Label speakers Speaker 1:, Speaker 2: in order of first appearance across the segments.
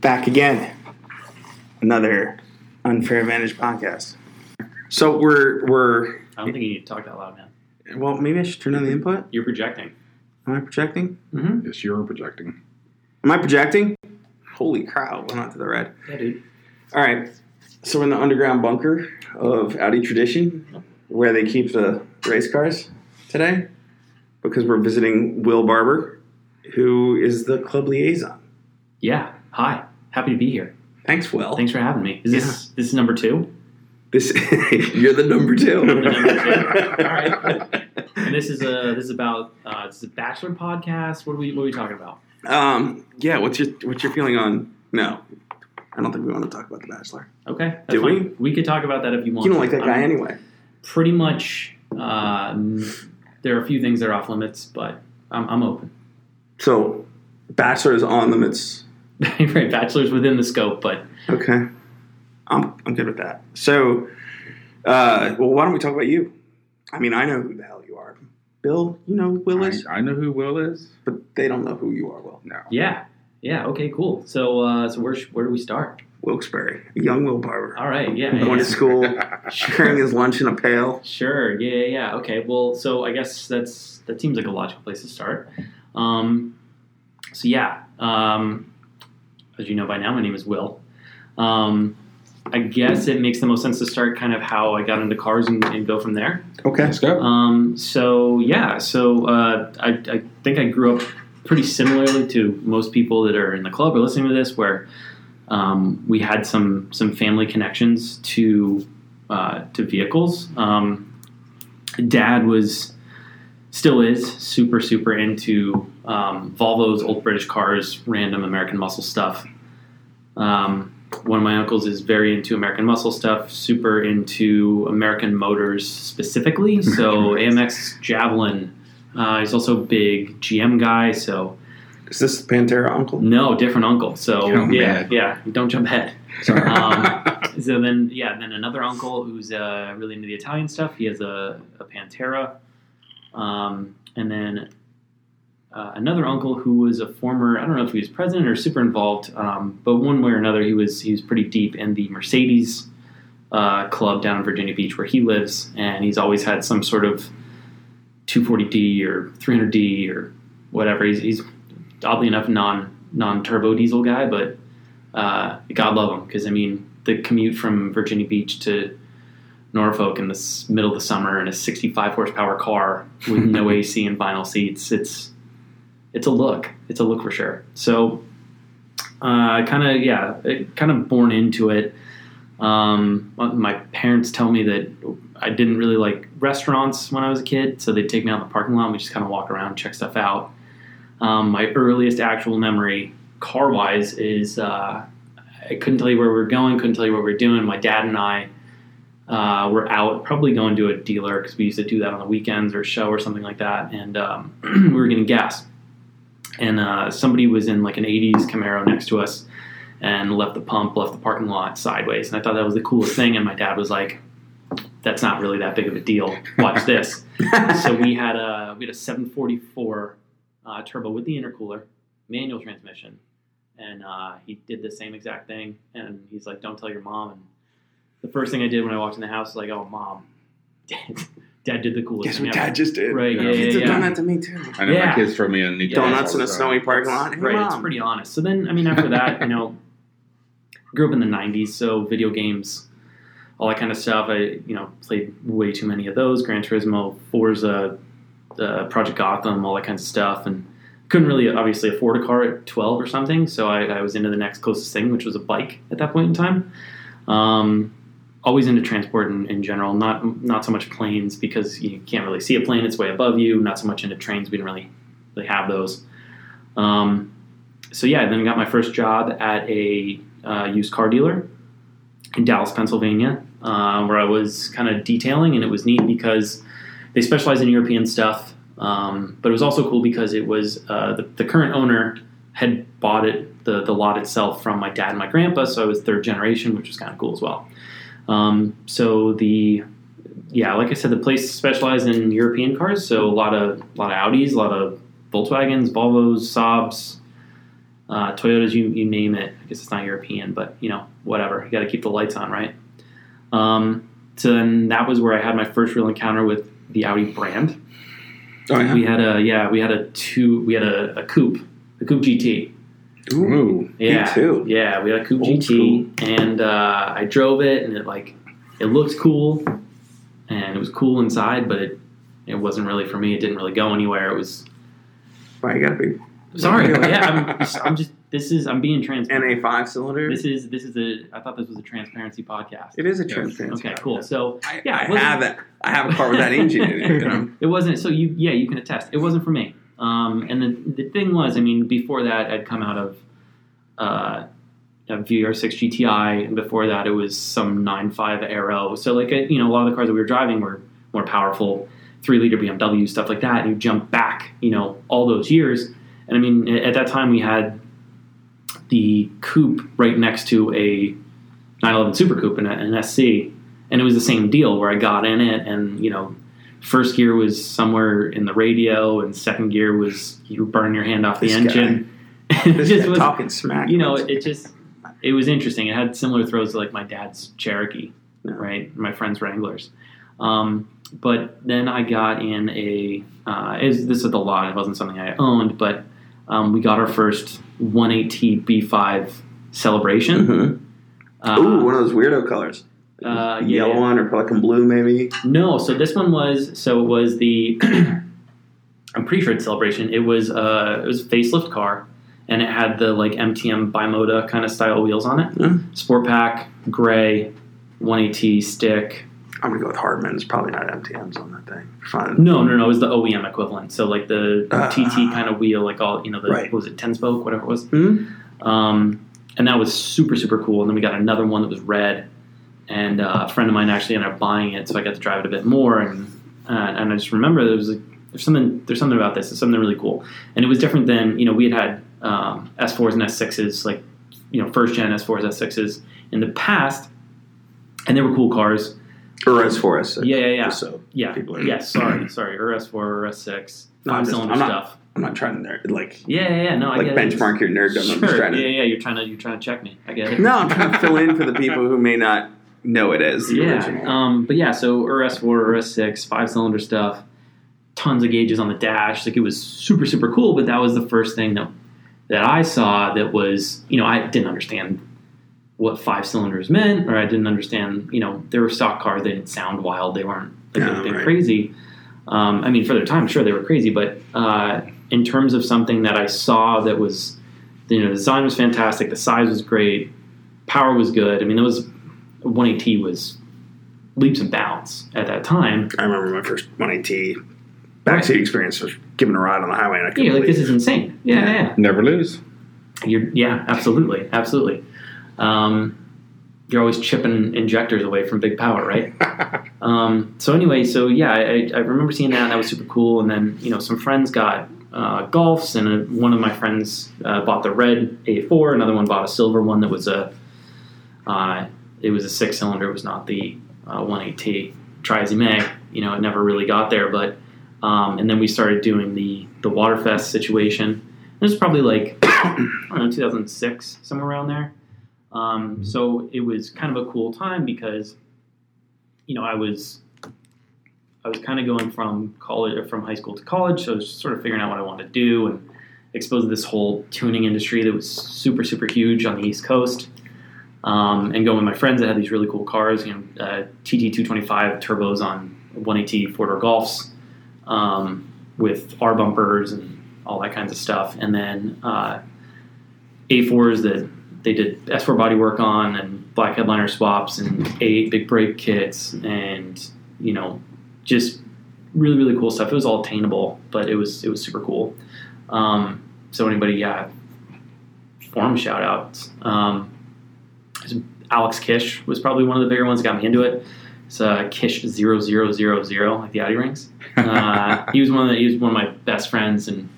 Speaker 1: back again. Another unfair advantage podcast. So we're we're
Speaker 2: I don't think you need to talk that loud, man.
Speaker 1: well. Maybe I should turn on the input.
Speaker 2: You're projecting.
Speaker 1: Am I projecting?
Speaker 3: Yes, you're projecting.
Speaker 1: Am I projecting? Holy cow! Went out to the red.
Speaker 2: Yeah, dude.
Speaker 1: All right. So we're in the underground bunker of Audi Tradition, where they keep the race cars today, because we're visiting Will Barber, who is the club liaison.
Speaker 2: Yeah. Hi. Happy to be here.
Speaker 1: Thanks, Will.
Speaker 2: Thanks for having me. Is this this is number two?
Speaker 1: This you're the number two.
Speaker 2: The number two. All right. And this is a this is about uh, this is a bachelor podcast. What are we what are we talking about?
Speaker 1: Um, yeah. What's your what's your feeling on? No, I don't think we want to talk about the Bachelor.
Speaker 2: Okay. That's
Speaker 1: Do
Speaker 2: fine.
Speaker 1: we?
Speaker 2: We could talk about that if you want.
Speaker 1: You don't like that guy
Speaker 2: I'm
Speaker 1: anyway.
Speaker 2: Pretty much. Um, there are a few things that are off limits, but I'm, I'm open.
Speaker 1: So, Bachelor is on limits.
Speaker 2: right. Bachelor's within the scope, but
Speaker 1: Okay, I'm I'm good with that. So, uh, well, why don't we talk about you? I mean, I know who the hell you are, Bill. You know who Will is,
Speaker 3: I, I know who Will is.
Speaker 1: but they don't know who you are, Will
Speaker 3: No.
Speaker 2: yeah. Yeah. Okay. Cool. So, uh, so where sh- where do we start?
Speaker 1: Wilkesbury, a young Will Barber,
Speaker 2: All right. Yeah.
Speaker 1: going to school,
Speaker 2: yeah.
Speaker 1: sharing his lunch in a pail.
Speaker 2: Sure. Yeah. Yeah. yeah. Okay. Well, so I guess that's that seems like a logical place to start. Um, so yeah, um, as you know by now, my name is Will. Um, I guess it makes the most sense to start kind of how I got into cars and, and go from there.
Speaker 1: Okay,
Speaker 3: Let's go.
Speaker 2: Um, so yeah, so uh, I, I think I grew up pretty similarly to most people that are in the club or listening to this, where um, we had some some family connections to uh, to vehicles. Um, Dad was still is super super into um, Volvos, old British cars, random American muscle stuff. Um, one of my uncles is very into American muscle stuff, super into American motors specifically. So AMX Javelin. Uh, he's also a big GM guy. So
Speaker 1: is this the Pantera uncle?
Speaker 2: no, different uncle. So
Speaker 3: Oh,
Speaker 2: yeah,
Speaker 3: man.
Speaker 2: yeah. Don't jump ahead. Um, so then, yeah, then another uncle who's uh, really into the Italian stuff. He has a, a Pantera, um, and then uh, another uncle who was a former. I don't know if he was president or super involved, um, but one way or another, he was he was pretty deep in the Mercedes uh, club down in Virginia Beach where he lives, and he's always had some sort of 240D or 300D or whatever. He's, he's oddly enough non non turbo diesel guy, but uh, God love him because I mean the commute from Virginia Beach to Norfolk in the s- middle of the summer in a 65 horsepower car with no AC and vinyl seats it's it's a look it's a look for sure so uh, kind of yeah kind of born into it um, my parents tell me that I didn't really like restaurants when I was a kid so they'd take me out in the parking lot and we just kind of walk around check stuff out um, my earliest actual memory car wise is uh, I couldn't tell you where we were going, couldn't tell you what we were doing. My dad and I uh, were out, probably going to a dealer because we used to do that on the weekends or a show or something like that. And um, we were getting gas. And uh, somebody was in like an 80s Camaro next to us and left the pump, left the parking lot sideways. And I thought that was the coolest thing. And my dad was like, that's not really that big of a deal. Watch this so we had a we had a 744 uh, turbo with the intercooler, manual transmission, and uh, he did the same exact thing. And he's like, "Don't tell your mom." And the first thing I did when I walked in the house was like, "Oh, mom, dad, dad did the coolest
Speaker 1: Guess
Speaker 2: thing
Speaker 1: what
Speaker 2: ever."
Speaker 1: Dad just did.
Speaker 2: Right?
Speaker 3: Yeah.
Speaker 2: Yeah, yeah,
Speaker 1: Kids have done
Speaker 2: yeah. uh,
Speaker 1: that to me too.
Speaker 3: I know
Speaker 2: Yeah.
Speaker 3: my kids throw me in new
Speaker 2: Yeah.
Speaker 1: Donuts in a
Speaker 3: all the time.
Speaker 1: snowy parking lot. Hey,
Speaker 2: right? It's
Speaker 1: Mom.
Speaker 2: pretty honest. So then, I mean, after that, you know, grew up in the '90s, so video games. All that kind of stuff. I, you know, played way too many of those. Gran Turismo, Forza, uh, Project Gotham, all that kinds of stuff, and couldn't really obviously afford a car at 12 or something. So I, I was into the next closest thing, which was a bike at that point in time. Um, always into transport in, in general, not not so much planes because you can't really see a plane; it's way above you. Not so much into trains; we didn't really really have those. Um, so yeah, then I got my first job at a uh, used car dealer in Dallas, Pennsylvania, uh, where I was kind of detailing, and it was neat because they specialize in European stuff. Um, but it was also cool because it was uh, the, the current owner had bought it the, the lot itself from my dad and my grandpa, so I was third generation, which was kind of cool as well. Um, so the yeah, like I said, the place specialized in European cars, so a lot of a lot of Audis, a lot of Volkswagens, Volvos, Saabs, Uh, Toyotas, you, you name it. I guess it's not European, but you know, whatever. You got to keep the lights on, right? Um, so then that was where I had my first real encounter with the Audi brand.
Speaker 1: Oh, yeah.
Speaker 2: We had a yeah, we had a two, we had a, a coupe, a coupe GT.
Speaker 3: Ooh.
Speaker 2: Yeah,
Speaker 1: Me too.
Speaker 2: yeah, we had a coupe
Speaker 1: Old
Speaker 2: GT, and uh, I drove it, and it like it looked cool, and it was cool inside, but it it wasn't really for me. It didn't really go anywhere. It was
Speaker 1: Why you gotta be
Speaker 2: sorry, but yeah, I'm just, I'm just this is I'm being transparent.
Speaker 1: NA five cylinder?
Speaker 2: This is this is a I thought this was a transparency podcast.
Speaker 1: It is a
Speaker 3: Yes.
Speaker 1: transparency.
Speaker 2: Okay, cool. So
Speaker 1: I,
Speaker 2: Yeah,
Speaker 1: I
Speaker 2: it wasn't-
Speaker 1: have it. I have a car with that engine in it. And I'm,
Speaker 2: It wasn't. So you, yeah, you can attest. It wasn't for me. Um, and the the thing was, I mean, before that, I'd come out of uh, a VR6 GTI, and before that, it was some 9.5 Aero. So like, I, you know, a lot of the cars that we were driving were more powerful, three liter BMW stuff like that. And you jump back, you know, all those years. And I mean, a- at that time, we had the coupe right next to a 911 Super Coupe and a- an SC, and it was the same deal where I got in it, and you know, first gear was somewhere in the radio, and second gear was you burn your hand off the
Speaker 1: This guy.
Speaker 2: engine. It
Speaker 1: this
Speaker 2: just
Speaker 1: guy
Speaker 2: was-
Speaker 1: talking smack.
Speaker 2: you know, it, it just it was interesting. It had similar throws to like my dad's Cherokee,
Speaker 1: Yeah.
Speaker 2: right? My friend's Wranglers. Um, but then I got in a uh, is this is the lot. It wasn't something I owned, but um, we got our first 180 B5 celebration.
Speaker 1: Mhm.
Speaker 2: Uh,
Speaker 1: Ooh, one of those weirdo colors.
Speaker 2: Uh, yeah,
Speaker 1: Yellow
Speaker 2: yeah.
Speaker 1: one or pelican blue, maybe.
Speaker 2: No, so this one was so it was the I'm pretty sure it's celebration. It was uh it was a facelift car and it had the like MTM Bimoda kind of style wheels on it.
Speaker 1: Hmm.
Speaker 2: Sport pack, gray, 180 stick.
Speaker 1: I'm gonna go with Hardman's. Probably not MTM's on that thing. Fun.
Speaker 2: No, no, no, it was the OEM equivalent. So like the
Speaker 1: Ah.
Speaker 2: TT kind of wheel, like all you know, the
Speaker 1: Right.
Speaker 2: what was it, ten spoke, whatever it was.
Speaker 1: Hmm?
Speaker 2: Um, and that was super, super cool. And then we got another one that was red. And uh, a friend of mine actually ended up buying it, so I got to drive it a bit more. And uh, and I just remember there was like, there's something there's something about this. It's something really cool. And it was different than you know we had had um, S4s and S6s like you know first gen S4s S6s in the past, and they were cool cars.
Speaker 1: Or as for us.
Speaker 2: yeah, yeah, yeah,
Speaker 1: So
Speaker 2: yeah.
Speaker 1: people are-
Speaker 2: Yes, sorry, sorry. Or S4 or S6
Speaker 1: No, I'm
Speaker 2: five
Speaker 1: just-
Speaker 2: cylinder
Speaker 1: I'm not-
Speaker 2: stuff.
Speaker 1: I'm not trying to nerd, like
Speaker 2: Yeah, yeah, yeah. No, I
Speaker 1: like
Speaker 2: get it.
Speaker 1: benchmark your nerddom. I'm just
Speaker 2: Sure.
Speaker 1: trying to.
Speaker 2: Yeah, yeah. You're trying to you're trying to check me. I get it.
Speaker 1: No, I'm trying to fill in for the people who may not know it as the
Speaker 2: yeah.
Speaker 1: original.
Speaker 2: Um, but yeah, so RS4, RS6, five cylinder stuff, tons of gauges on the dash. Like it was super, super cool. But that was the first thing that that I saw that was, you know, I didn't understand what five cylinders meant, or I didn't understand, you know, they were stock cars. They didn't sound wild. They weren't like,
Speaker 1: Yeah,
Speaker 2: they were
Speaker 1: right.
Speaker 2: crazy. Um, I mean, for their time, sure they were crazy, but uh, in terms of something that I saw that was, you know, the design was fantastic, the size was great, power was good. I mean, that was 180 was leaps and bounds at that time.
Speaker 1: I remember my first 180 backseat experience was giving a ride on the highway, and I couldn't
Speaker 2: Yeah, like
Speaker 1: believe
Speaker 2: this is insane. Yeah,
Speaker 1: Yeah.
Speaker 2: yeah, yeah.
Speaker 3: Never lose.
Speaker 2: You're, yeah, absolutely, absolutely. Um, you're always chipping injectors away from big power, right?
Speaker 1: Uh,
Speaker 2: um, so anyway, so yeah, I, I- I remember seeing that. and That was super cool. And then you know, some friends got uh, golfs, and uh one of my friends uh, bought the red A4. Another one bought a silver one that was a uh, it was a six cylinder. It was not the uh, 180. Try as you may, you know, it never really got there. But um, and then we started doing the the Waterfest situation. It was probably like I don't know, 2006, somewhere around there. Um, so it was kind of a cool time because, you know, I was, I was kind of going from college or from high school to college, so I was sort of figuring out what I wanted to do and exposed to this whole tuning industry that was super super huge on the East Coast. Um, and going with my friends that had these really cool cars, you know, uh, TT 225 turbos on 180 four door Golfs um, with R bumpers and all that kinds of stuff. And then uh, a4s that they did S4 body work on and black headliner swaps and A8 big brake kits and you know just really really cool stuff. It was all attainable, but it was it was super cool. Um, so anybody, yeah, forum shout outs. Um, Alex Kish was probably one of the bigger ones that got me into it. It's uh, Kish 0000, like the Audi rings. Uh, he was one of the, he was one of my best friends and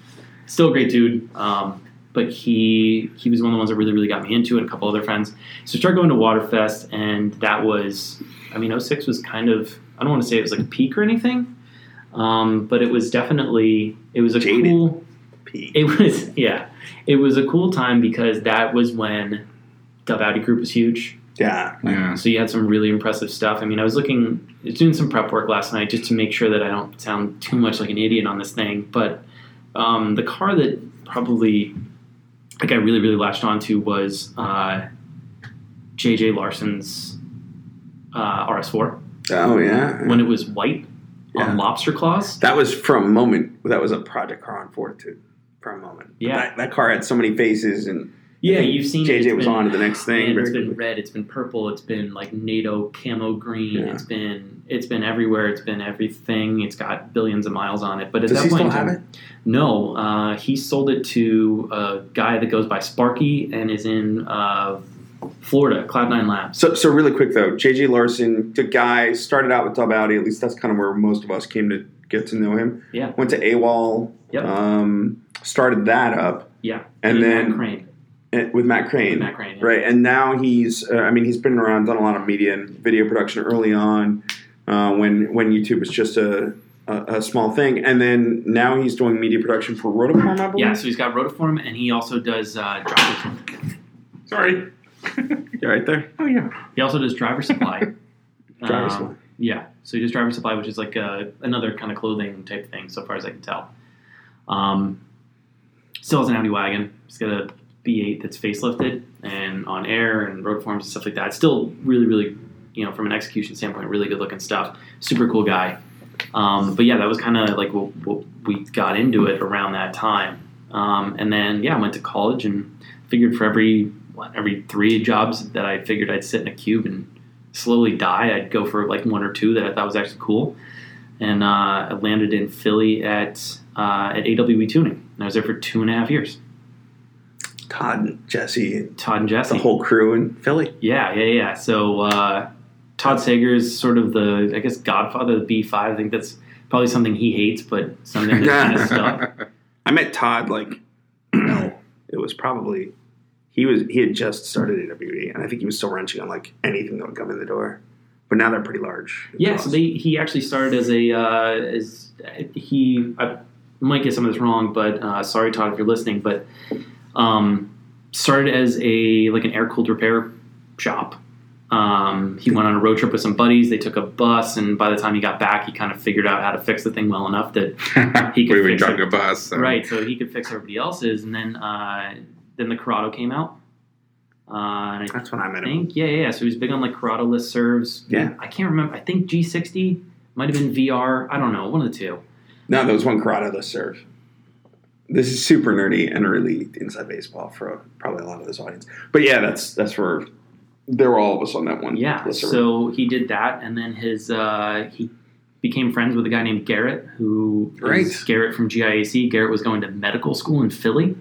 Speaker 2: still a great dude. Um, but he he was one of the ones that really really got me into it and a couple other friends so I started going to waterfest and that was i mean 06 was kind of i don't want to say it was like a peak or anything um, but it was definitely it was a
Speaker 1: Jaded.
Speaker 2: cool
Speaker 1: P.
Speaker 2: It was yeah, it was a cool time because that was when Dub Audi Group was huge.
Speaker 1: Yeah.
Speaker 3: Yeah.
Speaker 2: So you had some really impressive stuff. I mean, I was looking, I was doing some prep work last night just to make sure that I don't sound too much like an idiot on this thing. But um, the car that probably, like, I really, really latched onto was uh, JJ Larson's uh, RS4
Speaker 1: Oh yeah.
Speaker 2: when it was white
Speaker 1: Yeah.
Speaker 2: on lobster claws.
Speaker 1: That was from Moment. That was a project car on Fortitude from Moment.
Speaker 2: Yeah.
Speaker 1: That, that car had so many faces, and
Speaker 2: Yeah,
Speaker 1: think
Speaker 2: you've seen it.
Speaker 1: JJ
Speaker 2: It's
Speaker 1: was
Speaker 2: been-
Speaker 1: on to the next thing.
Speaker 2: Man, it's
Speaker 1: very
Speaker 2: been
Speaker 1: quickly.
Speaker 2: red. It's been purple. It's been like NATO camo green.
Speaker 1: Yeah.
Speaker 2: It's been it's been everywhere. It's been everything. It's got billions of miles on it. But at
Speaker 1: Does
Speaker 2: that
Speaker 1: he still
Speaker 2: point, in
Speaker 1: have
Speaker 2: time-
Speaker 1: it?
Speaker 2: No, uh, he sold it to a guy that goes by Sparky and is in uh, Florida, Cloud Nine Labs.
Speaker 1: So, so really quick though, JJ Larson, the guy started out with Dub Audi. At least that's kind of where most of us came to get to know him.
Speaker 2: Yeah.
Speaker 1: Went to AWOL.
Speaker 2: Yep.
Speaker 1: Um, started that up
Speaker 2: Yeah,
Speaker 1: And then-
Speaker 2: Matt Crane,
Speaker 1: eh, with Matt Crane.
Speaker 2: Matt Crane, yeah.
Speaker 1: Right, and now he's. Uh, I mean, he's been around, done a lot of media and video production early on, uh, when when YouTube was just a, a a small thing, and then now he's doing media production for Rotiform, I believe.
Speaker 2: Yeah, so he's got rotiform and he also does uh, driver.
Speaker 3: Sorry.
Speaker 1: you right there.
Speaker 3: Oh yeah.
Speaker 2: He also does driver supply.
Speaker 1: Driver's
Speaker 2: Um,
Speaker 1: line.
Speaker 2: Yeah, so he does driver supply, which is like uh another kind of clothing type thing, so far as I can tell. Um, still has an Audi wagon. He's got a B8 that's facelifted and on air and road forms and stuff like that. Still really, really, you know, from an execution standpoint, really good looking stuff. Super cool guy. Um, but yeah, that was kind of like what, what we got into it around that time. Um, and then yeah, I went to college and figured for every what, every three jobs that I figured I'd sit in a cube and slowly die. I'd go for like one or two that I thought was actually cool, and uh, I landed in Philly at uh, at AWE Tuning, and I was there for two and a half years.
Speaker 1: Todd and Jesse, and
Speaker 2: Todd and Jesse,
Speaker 1: the whole crew in Philly.
Speaker 2: yeah, yeah, yeah. So uh, Todd Sager is sort of the I guess Godfather of the B5. I think that's probably something he hates, but something that kind of stuck.
Speaker 1: I met Todd like, no, it was probably he was he had just started AWE, and I think he was still wrenching on like anything that would come in the door. But now they're pretty large.
Speaker 2: Yeah, so they, he actually started as a uh, as he I might get some of this wrong, but uh, sorry Todd if you're listening, but um, started as a like an air cooled repair shop. Um, he went on a road trip with some buddies. They took a bus, and by the time he got back, he kind of figured out how to fix the thing well enough that He could
Speaker 3: we were
Speaker 2: fix
Speaker 3: talking
Speaker 2: it.
Speaker 3: about us. So.
Speaker 2: Right, so he could fix everybody else's, and then uh, then the Corrado came out. Uh, and I
Speaker 1: that's when I met him.
Speaker 2: think yeah, yeah, yeah. So he was big on like Corrado listservs.
Speaker 1: Yeah.
Speaker 2: I can't remember. I think G60 might have been VR. I don't know, one of the two.
Speaker 1: No, there was one Corrado to serve. This is super nerdy and really inside baseball for probably a lot of this audience. But yeah, that's that's where there were all of us on that one.
Speaker 2: Yeah.
Speaker 1: list serve.
Speaker 2: So he did that, and then his uh, he became friends with a guy named Garrett, who is
Speaker 1: Right.
Speaker 2: Garrett from GIAC. Garrett was going to medical school in Philly,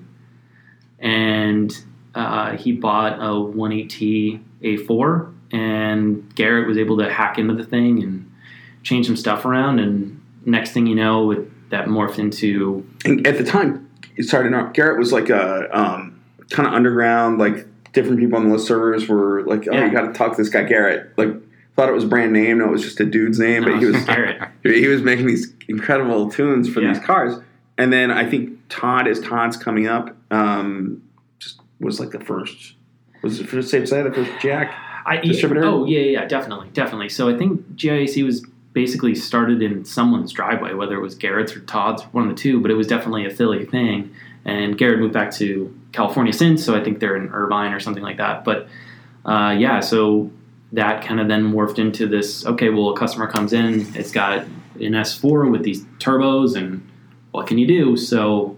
Speaker 2: and uh, he bought a 180 A4, and Garrett was able to hack into the thing and change some stuff around, and next thing you know, it, that morphed into
Speaker 1: and at the time, sorry, no, Garrett was like a um, kind of underground. Like different people on the list servers were like, "Oh,
Speaker 2: Yeah.
Speaker 1: you got to talk to this guy Garrett." Like thought it was brand name. No, it was just a dude's name,
Speaker 2: No,
Speaker 1: but he was
Speaker 2: it's uh, Garrett.
Speaker 1: he was making these incredible tunes for
Speaker 2: Yeah.
Speaker 1: these cars. And then I think Todd, as Todd's coming up, um, just was like the first. Was it first safe to say the first Jack?
Speaker 2: I,
Speaker 1: Distributor?
Speaker 2: Oh yeah, yeah, yeah, definitely, definitely. So I think GIAC was basically started in someone's driveway, whether it was Garrett's or Todd's, one of the two. But it was definitely a Philly thing. And Garrett moved back to California since, so I think they're in Irvine or something like that. But uh, yeah, so that kind of then morphed into this. Okay, well, a customer comes in, it's got an S4 with these turbos, and what can you do? So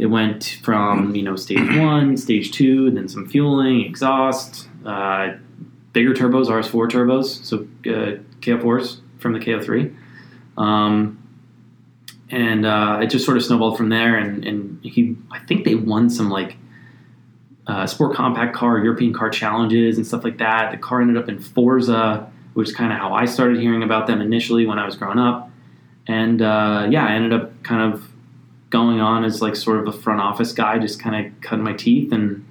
Speaker 2: it went from you know stage one, stage two, then some fueling, exhaust, uh, bigger turbos, RS4 turbos, so uh, KF4s from the KF3. Um, and uh, it just sort of snowballed from there. And, and he, I think they won some like uh, sport compact car, European car challenges, and stuff like that. The car ended up in Forza, which is kind of how I started hearing about them initially when I was growing up. And uh, yeah, I ended up kind of going on as like sort of a front office guy, just kind of cutting my teeth and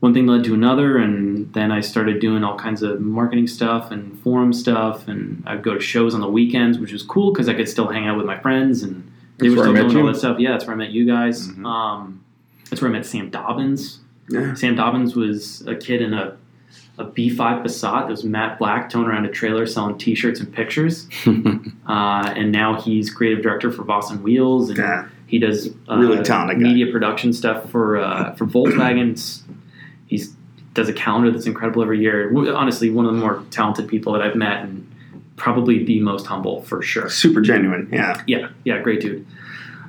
Speaker 2: one thing led to another and then i started doing all kinds of marketing stuff and forum stuff and i'd go to shows on the weekends which was cool because i could still hang out with my friends and They were
Speaker 3: where I
Speaker 2: still
Speaker 3: met
Speaker 2: doing all
Speaker 3: you?
Speaker 2: that stuff. Yeah, that's where I met you guys.
Speaker 3: Mhm.
Speaker 2: Um, that's where I met Sam Dobbins.
Speaker 1: Mm-hmm. Yeah.
Speaker 2: Sam Dobbins was a kid in a a B5 Passat that was Matt Black towing around a trailer selling T-shirts and pictures, uh, and now he's creative director for Boston Wheels, and
Speaker 1: Yeah.
Speaker 2: he does uh,
Speaker 1: Really talented guy.
Speaker 2: media production stuff for uh, for Volkswagen. He's does a calendar that's incredible every year. W- Honestly, one of the more talented people that I've met, and probably the most humble for sure.
Speaker 1: Super genuine. Yeah.
Speaker 2: Yeah, yeah, great dude.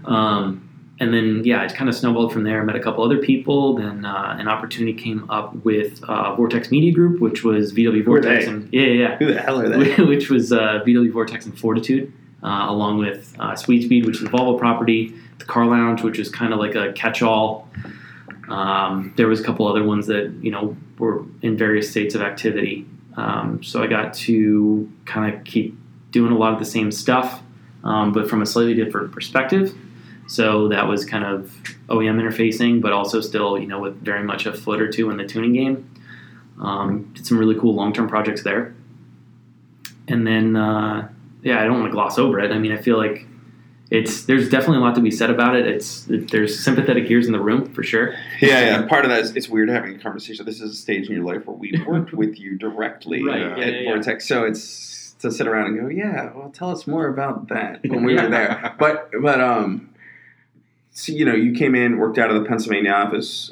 Speaker 2: Um, and then yeah, it kind of snowballed from there. Met a couple other people. Then uh, an opportunity came up with uh, Vortex Media Group, which was VW
Speaker 1: Who are
Speaker 2: Vortex,
Speaker 1: they?
Speaker 2: and yeah, yeah,
Speaker 1: Who the hell are they?
Speaker 2: yeah. which was uh, VW Vortex and Fortitude, uh, along with uh, Sweet Speed, which is the Volvo property, the Car Lounge, which is kind of like a catch-all. Um, there was a couple other ones that you know were in various states of activity. Um, so I got to kind of keep doing a lot of the same stuff um, but from a slightly different perspective. So that was kind of OEM interfacing, but also still, you know, with very much a foot or two in the tuning game. Um, did some really cool long term projects there. And then, uh, yeah, I don't want to gloss over it. I mean, I feel like it's there's definitely a lot to be said about it. It's there's sympathetic ears in the room for sure.
Speaker 1: Yeah, yeah. Part of that is it's weird having a conversation. This is a stage in your life where we worked with you directly
Speaker 2: Right,
Speaker 1: at
Speaker 2: yeah, yeah, yeah.
Speaker 1: Vortex. So it's to sit around and go, yeah, well, tell us more about that when we were there. But but um, so you know, you came in, worked out of the Pennsylvania office,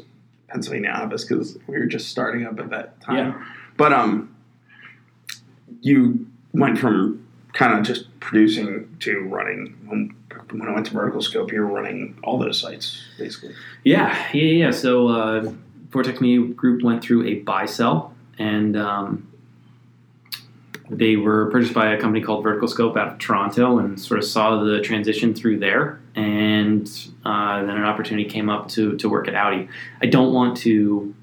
Speaker 1: Pennsylvania office because we were just starting up at that time. But um, you went from kind of just producing to running. When, when I went to Vertical Scope, you were running all those sites basically.
Speaker 2: Yeah, yeah, yeah. So uh, Vortex Media Group went through a buy sell, and um, they were purchased by a company called Vertical Scope out of Toronto, and sort of saw the transition through there. And uh, then an opportunity came up to to work at Audi. I don't want to,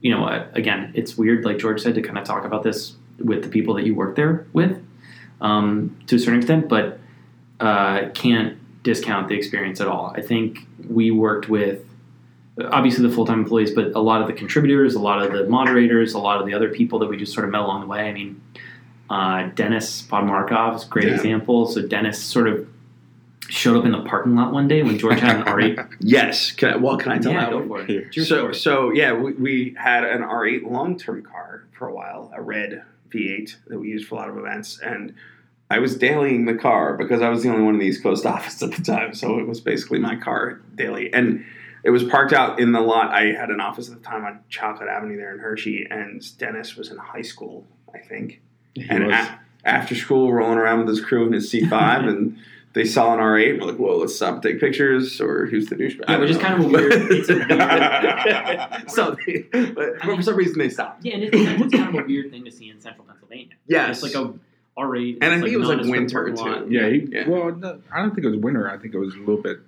Speaker 2: you know, uh, again, it's weird, like George said, to kind of talk about this with the people that you work there with, um, to a certain extent, but uh, can't discount the experience at all. I think we worked with obviously the full-time employees but a lot of the contributors a lot of the moderators a lot of the other people that we just sort of met along the way i mean uh, dennis podmarkov is a great
Speaker 1: Yeah.
Speaker 2: example so dennis sort of showed up in the parking lot one day when george hadn't already
Speaker 1: Yes. Can I, well, can I tell
Speaker 2: yeah,
Speaker 1: that?
Speaker 2: go
Speaker 1: one?
Speaker 2: for it.
Speaker 3: Here.
Speaker 2: It's your
Speaker 1: so,
Speaker 2: story.
Speaker 1: so yeah, we, we had an R8 long-term car for a while, a red V8 that we used for a lot of events, and I was dailying the car because I was the only one in the East Coast office at the time, so it was basically my car daily, and it was parked out in the lot. I had an office at the time on Chocolate Avenue there in Hershey, and Dennis was in high school, I think, and a- after school, rolling around with his crew in his C5, and they saw an R8, and we're like, whoa, let's stop and take pictures, or who's the douchebag? I
Speaker 2: Yeah,
Speaker 1: don't
Speaker 2: which is
Speaker 1: know.
Speaker 2: kind of a weird- it's a weird-
Speaker 1: so, they- but, but for some reason, they stopped.
Speaker 2: yeah and it's, it's kind of a weird thing to see in central pennsylvania
Speaker 1: Yes.
Speaker 2: it's like a r8
Speaker 1: And I
Speaker 2: it's
Speaker 1: think it was, like,
Speaker 2: nondescript
Speaker 1: winter,
Speaker 2: lot.
Speaker 1: too.
Speaker 3: Yeah, he,
Speaker 1: Yeah.
Speaker 3: well, no, I don't think it was winter. I think it was a little bit,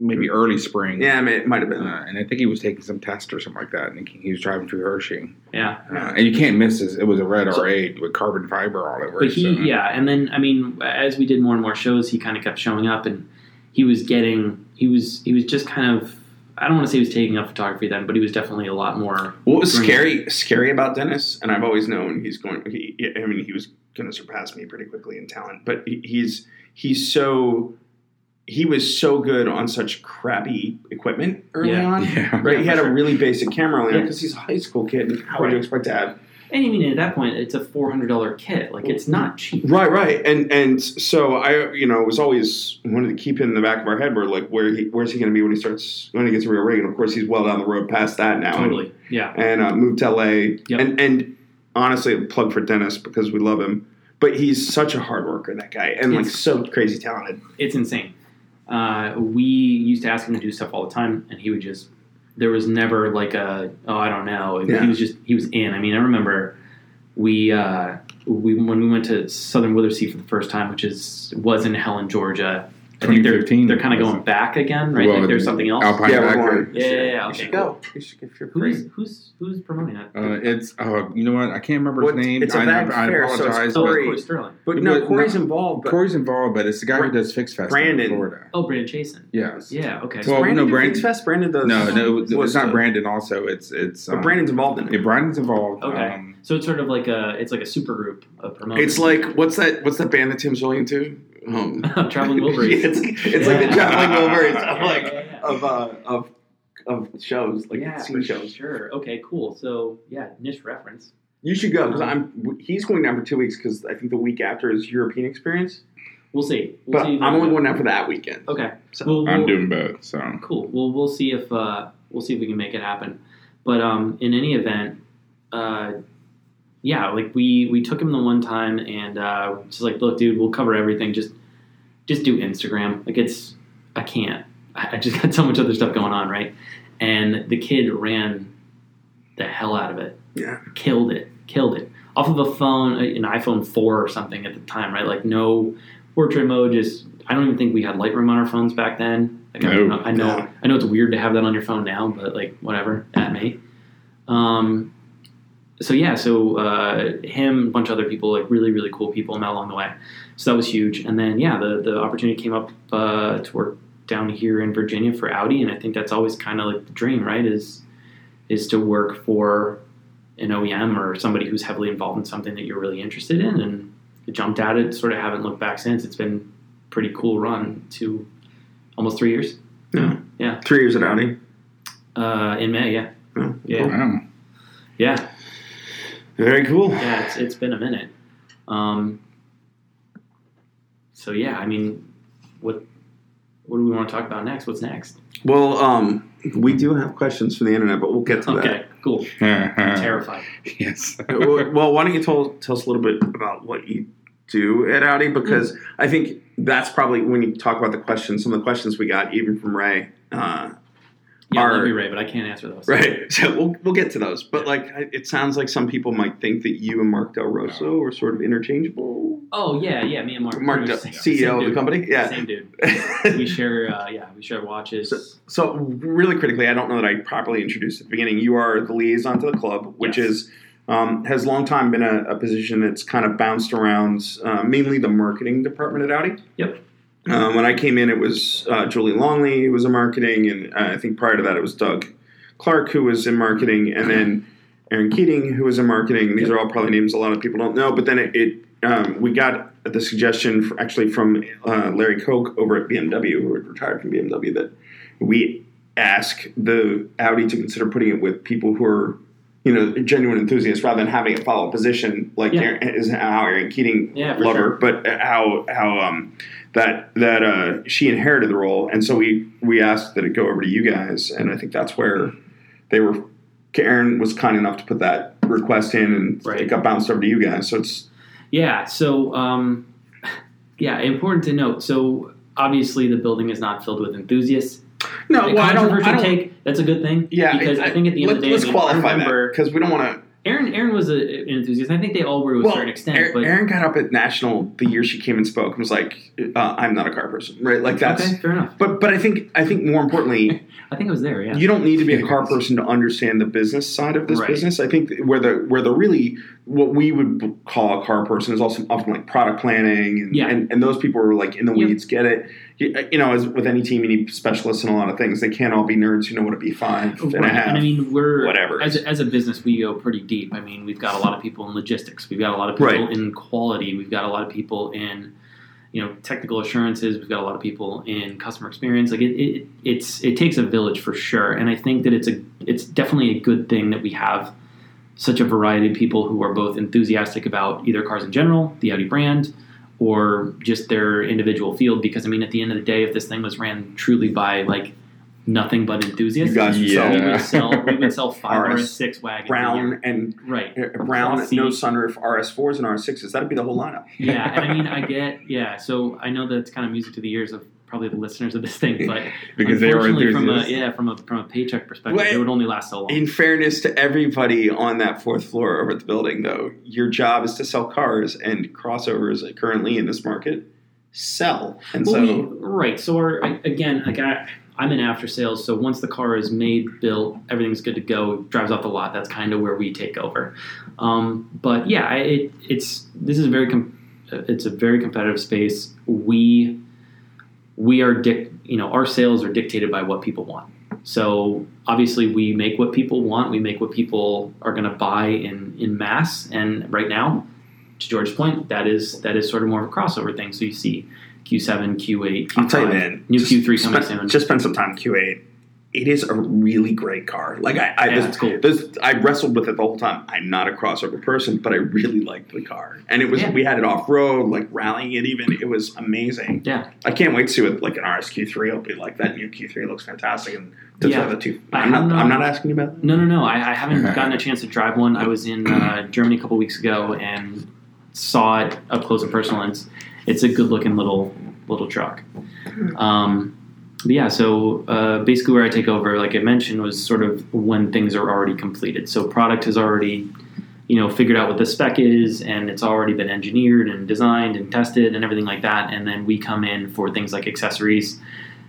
Speaker 3: maybe early spring.
Speaker 1: Yeah, I mean, it might have
Speaker 3: Uh,
Speaker 1: been.
Speaker 3: and I think he was taking some test or something like that, and he, he was driving through Hershey.
Speaker 2: yeah
Speaker 3: Uh, and you can't miss this. It was a red
Speaker 2: So-
Speaker 3: R8 with carbon fiber all over
Speaker 2: But
Speaker 3: it.
Speaker 2: he,
Speaker 3: so-
Speaker 2: yeah, and then I mean, as we did more and more shows, he kind of kept showing up, and he was getting, he was, he was just kind of, I don't want to say he was taking up photography then, but he was definitely a lot more.
Speaker 1: What was
Speaker 2: Right.
Speaker 1: scary scary about Dennis, and I've always known he's going. He, I mean, he was going to surpass me pretty quickly in talent, but he, he's he's so he was so good on such crappy equipment early
Speaker 2: Yeah.
Speaker 1: on.
Speaker 3: Yeah.
Speaker 1: Right, he had
Speaker 2: for
Speaker 1: a
Speaker 2: sure.
Speaker 1: really basic camera
Speaker 2: Yeah.
Speaker 1: because he's a high school kid. And how would you
Speaker 2: Right.
Speaker 1: expect to have?
Speaker 2: And I mean, at that point, it's a four hundred dollar kit, like it's not cheap.
Speaker 1: Right, right, and and so I, you know, was always wanted to keep in the back of our head. Where like, where he, where's he going to be when he starts when he gets a real rig? And of course, he's well down the road past that now. and-
Speaker 2: Totally, yeah,
Speaker 1: and uh, moved to LA.
Speaker 2: Yep.
Speaker 1: And and honestly, a plug for Dennis because we love him. But he's such a hard worker, that guy, and like
Speaker 2: Yes.
Speaker 1: so crazy talented.
Speaker 2: it's insane. Uh, we used to ask him to do stuff all the time, and he would just. There was never like a oh I don't know.
Speaker 1: Yeah.
Speaker 2: He was just he was in. I mean, I remember we uh, we when we went to Southern Withersea for the first time, which is was in Helen, Georgia. I think they're
Speaker 3: 2015
Speaker 2: they're kind of
Speaker 3: was
Speaker 2: going back again, right? like
Speaker 3: Well,
Speaker 2: there's something else.
Speaker 3: Alpine
Speaker 1: Yeah, we're
Speaker 3: Backer.
Speaker 1: going.
Speaker 2: Yeah, yeah, yeah,
Speaker 1: you
Speaker 2: okay,
Speaker 1: should go. You should give your
Speaker 2: Who's
Speaker 1: praise.
Speaker 2: who's who's promoting that?
Speaker 3: Uh, it's uh, you know what I can't remember his
Speaker 1: Well,
Speaker 3: name.
Speaker 1: it's a
Speaker 3: I,
Speaker 1: bad
Speaker 3: I,
Speaker 1: fair, so it's
Speaker 3: apologize.
Speaker 2: oh,
Speaker 3: but-
Speaker 1: Corey.
Speaker 2: Corey Sterling.
Speaker 1: But
Speaker 3: But
Speaker 1: no,
Speaker 3: not-
Speaker 1: Corey's involved. But
Speaker 3: Corey's involved, but it's the guy who
Speaker 1: Brand-
Speaker 3: does Fix Fest
Speaker 1: Brandon.
Speaker 3: in Florida.
Speaker 2: Oh, Brandon Chasen.
Speaker 3: Yes.
Speaker 2: Yeah. Okay.
Speaker 3: Well,
Speaker 1: Brandon
Speaker 3: no,
Speaker 1: did
Speaker 3: Brandon-
Speaker 1: Fix Fest. Brandon does.
Speaker 3: No, no, it's,
Speaker 1: was
Speaker 3: it's not
Speaker 1: the-
Speaker 3: Brandon. Also, it's it's um,
Speaker 1: But Brandon's involved in
Speaker 3: Yeah,
Speaker 1: it.
Speaker 3: Brandon's involved.
Speaker 2: Okay.
Speaker 3: Um,
Speaker 2: so it's sort of like a it's like a super group of promoters.
Speaker 1: It's like what's that? What's that band that Tim's really into? Um,
Speaker 2: Traveling Wilburys.
Speaker 1: Yeah, it's like, it's like the
Speaker 2: Yeah.
Speaker 1: traveling Wilburys of
Speaker 2: Yeah,
Speaker 1: like
Speaker 2: yeah, yeah.
Speaker 1: of uh, of of shows like
Speaker 2: yeah,
Speaker 1: scene
Speaker 2: for
Speaker 1: shows.
Speaker 2: sure. Okay, cool. So yeah, niche reference.
Speaker 1: You should go because I'm. He's going down for two weeks because I think the week after is European experience.
Speaker 2: We'll see. We'll
Speaker 1: But
Speaker 2: see
Speaker 1: I'm only going down for that weekend.
Speaker 2: Okay.
Speaker 1: So-
Speaker 2: We'll-
Speaker 3: I'm
Speaker 2: we'll-
Speaker 3: doing both, so
Speaker 2: Cool. Well, we'll see if uh, we'll see if we can make it happen. But um, in any event, uh, yeah, like we we took him the one time and uh, just like, look, dude, we'll cover everything. Just just do Instagram. Like it's I can't. I, I just got so much other stuff going on, right? And the kid ran the hell out of it.
Speaker 1: Yeah.
Speaker 2: Killed it. Killed it. Off of a phone, uh, an iPhone four or something at the time, right? Like no portrait mode. Just I don't even think we had Lightroom on our phones back then. Like I,
Speaker 3: No.
Speaker 2: don't know- I know
Speaker 1: No.
Speaker 2: I know it's weird to have that on your phone now, but like whatever, at me. Um, so yeah, so uh, him, a bunch of other people, like really really cool people met along the way. So that was huge. And then yeah, the the opportunity came up uh, to work down here in Virginia for Audi, and I think that's always kind of like the dream, right? Is is to work for an OEM or somebody who's heavily involved in something that you're really interested in, and jumped at it. Sort of haven't looked back since. It's been pretty cool run to almost three years
Speaker 1: Three years at Audi.
Speaker 2: uh, in May. Yeah,
Speaker 1: Yeah.
Speaker 2: yeah,
Speaker 3: wow.
Speaker 2: yeah,
Speaker 1: Very cool.
Speaker 2: yeah. It's it's been a minute. Um, so yeah, I mean, what what do we want to talk about next? What's next?
Speaker 1: Well, um, we do have questions from the internet, but we'll get to that.
Speaker 2: Okay, cool.
Speaker 1: Uh,
Speaker 2: Terrified.
Speaker 3: yes.
Speaker 1: well, well, why don't you tell tell us a little bit about what you do at Audi?
Speaker 2: Mm-hmm.
Speaker 1: Because I think that's probably when you talk about the questions. Some of the questions we got, even from Ray, uh,
Speaker 2: Yeah,
Speaker 1: Our-
Speaker 2: love you, Ray, but I can't answer those.
Speaker 1: right? So we'll we'll get to those. But like, I- it sounds like some people might think that you and Mark Del Rosso are sort of interchangeable.
Speaker 2: Oh yeah, yeah. Me and Mark.
Speaker 1: Mark,
Speaker 2: we're
Speaker 1: Del,
Speaker 2: same-
Speaker 1: CEO
Speaker 2: same
Speaker 1: of the
Speaker 2: dude.
Speaker 1: company, yeah.
Speaker 2: Same dude. We share. Uh, yeah, we share watches.
Speaker 1: so really critically, I don't know that I properly introduced at the beginning. You are the liaison to the club, which
Speaker 2: Yes.
Speaker 1: is um, has long time been a, a position that's kind of bounced around, uh, mainly the marketing department at Audi.
Speaker 2: Yep.
Speaker 1: Um, when I came in, it was uh, Julie Longley who was in marketing, and uh, I think prior to that it was Doug Clark who was in marketing, and then Aaron Keating who was in marketing. These
Speaker 2: Yep.
Speaker 1: are all probably names a lot of people don't know. But then it, it um, we got the suggestion f actually from uh, Larry Koch over at BMW, who had retired from BMW, that we ask the Audi to consider putting it with people who are, you know, genuine enthusiasts rather than having a follow up position like
Speaker 2: Yeah.
Speaker 1: Aaron, is how Aaron Keating
Speaker 2: Yeah, for
Speaker 1: loved her,
Speaker 2: sure.
Speaker 1: but how how um that that uh, she inherited the role, and so we we asked that it go over to you guys, and I think that's where they were. Aaron was kind enough to put that request in, and it
Speaker 2: Right.
Speaker 1: got bounced over to you guys. So it's
Speaker 2: Yeah. So, um, yeah, important to note. So, obviously, the building is not filled with enthusiasts.
Speaker 1: no,
Speaker 2: A
Speaker 1: well, I don't, I
Speaker 2: controversial
Speaker 1: don't
Speaker 2: take. That's a good thing.
Speaker 1: Yeah,
Speaker 2: Because I, think at the end
Speaker 1: let,
Speaker 2: of the day,
Speaker 1: let's
Speaker 2: I mean, I
Speaker 1: qualify that
Speaker 2: remember
Speaker 1: because we don't want to.
Speaker 2: Aaron. Aaron was a, an enthusiast. I think they all were to a
Speaker 1: Well,
Speaker 2: certain extent.
Speaker 1: Erin
Speaker 2: but
Speaker 1: Aaron got up at national the year she came and spoke and was like, uh, "I'm not a car person," right? Like that's.
Speaker 2: okay, fair enough.
Speaker 1: But but I think I think more importantly,
Speaker 2: I think I was there. Yeah.
Speaker 1: you don't need to be a car person to understand the business side of this
Speaker 2: Right.
Speaker 1: business. I think that where the where the really what we would b- call a car person is also often like product planning and
Speaker 2: Yeah.
Speaker 1: and, and those people are like in the
Speaker 2: Yep.
Speaker 1: weeds, get it. uh, You, you know, as with any team, you need specialists in a lot of things. They can't all be nerds who know what a B5 and a
Speaker 2: Right,
Speaker 1: half.
Speaker 2: Oh, I mean, we're
Speaker 1: whatever.
Speaker 2: as a, as a business, we go pretty deep. I mean, we've got a lot of people in logistics. We've got a lot of people
Speaker 1: Right.
Speaker 2: in quality. We've got a lot of people in you know technical assurances. We've got a lot of people in customer experience. Like it, it it's it takes a village for sure. And I think that it's a it's definitely a good thing that we have such a variety of people who are both enthusiastic about either cars in general, the Audi brand, or just their individual field. Because I mean, at the end of the day, if this thing was ran truly by like nothing but enthusiasts,
Speaker 1: You guys would sell
Speaker 2: we would sell we would sell five or
Speaker 1: RS
Speaker 2: six wagons. a year.
Speaker 1: brown and
Speaker 2: right?
Speaker 1: Uh, Brown,
Speaker 2: Class C.
Speaker 1: no sunroof, RS4s, and RS6s. That'd be the whole lineup.
Speaker 2: Yeah, and I mean, I get yeah. So I know that's kind of music to the ears of probably the listeners of this thing, but
Speaker 3: because they were
Speaker 2: unfortunately, from a
Speaker 3: enthusiasts.
Speaker 2: yeah from a from a paycheck perspective,
Speaker 1: Well,
Speaker 2: it would only last so long.
Speaker 1: In fairness to everybody on that fourth floor over at the building, though, your job is to sell cars and crossovers currently in this market sell. And
Speaker 2: Well,
Speaker 1: so,
Speaker 2: we- right. So our, I, again, like I, I'm in after sales. So once the car is made, built, everything's good to go, drives off the lot. That's kind of where we take over. Um, but yeah, I- it, it's this is very com- it's a very competitive space. We we are dic- you know our sales are dictated by what people want. So obviously we make what people want. We make what people are going to buy in in mass. And right now, to George's point, that is that is sort of more of a crossover thing. So you see Q7, Q8, Q5.
Speaker 1: I'll tell you, man.
Speaker 2: New
Speaker 1: just
Speaker 2: Q3 coming
Speaker 1: spend-
Speaker 2: soon.
Speaker 1: Just spend some time Q8. It is a really great car. Like I, I
Speaker 2: Yeah,
Speaker 1: this-
Speaker 2: it's cool.
Speaker 1: this- I wrestled with it the whole time. I'm not a crossover person, but I really liked the car, and it was
Speaker 2: Yeah.
Speaker 1: we had it off road, like rallying it. Even it was amazing.
Speaker 2: Yeah.
Speaker 1: I can't wait to see what like an RSQ3 will be like. That new Q3 looks fantastic, and that's
Speaker 2: Yeah.
Speaker 1: the other two.
Speaker 2: I
Speaker 1: I'm not,
Speaker 2: don't
Speaker 1: I'm
Speaker 2: know.
Speaker 1: not asking you about. That.
Speaker 2: No, no, no. I, I haven't gotten a chance to drive one. I was in uh, Germany a couple weeks ago and saw it up close and personal. And it's, it's a good looking little little truck. Um, but yeah, so uh, basically where I take over, like I mentioned, was sort of when things are already completed. So product has already, you know, figured out what the spec is, and it's already been engineered and designed and tested and everything like that. And then we come in for things like accessories,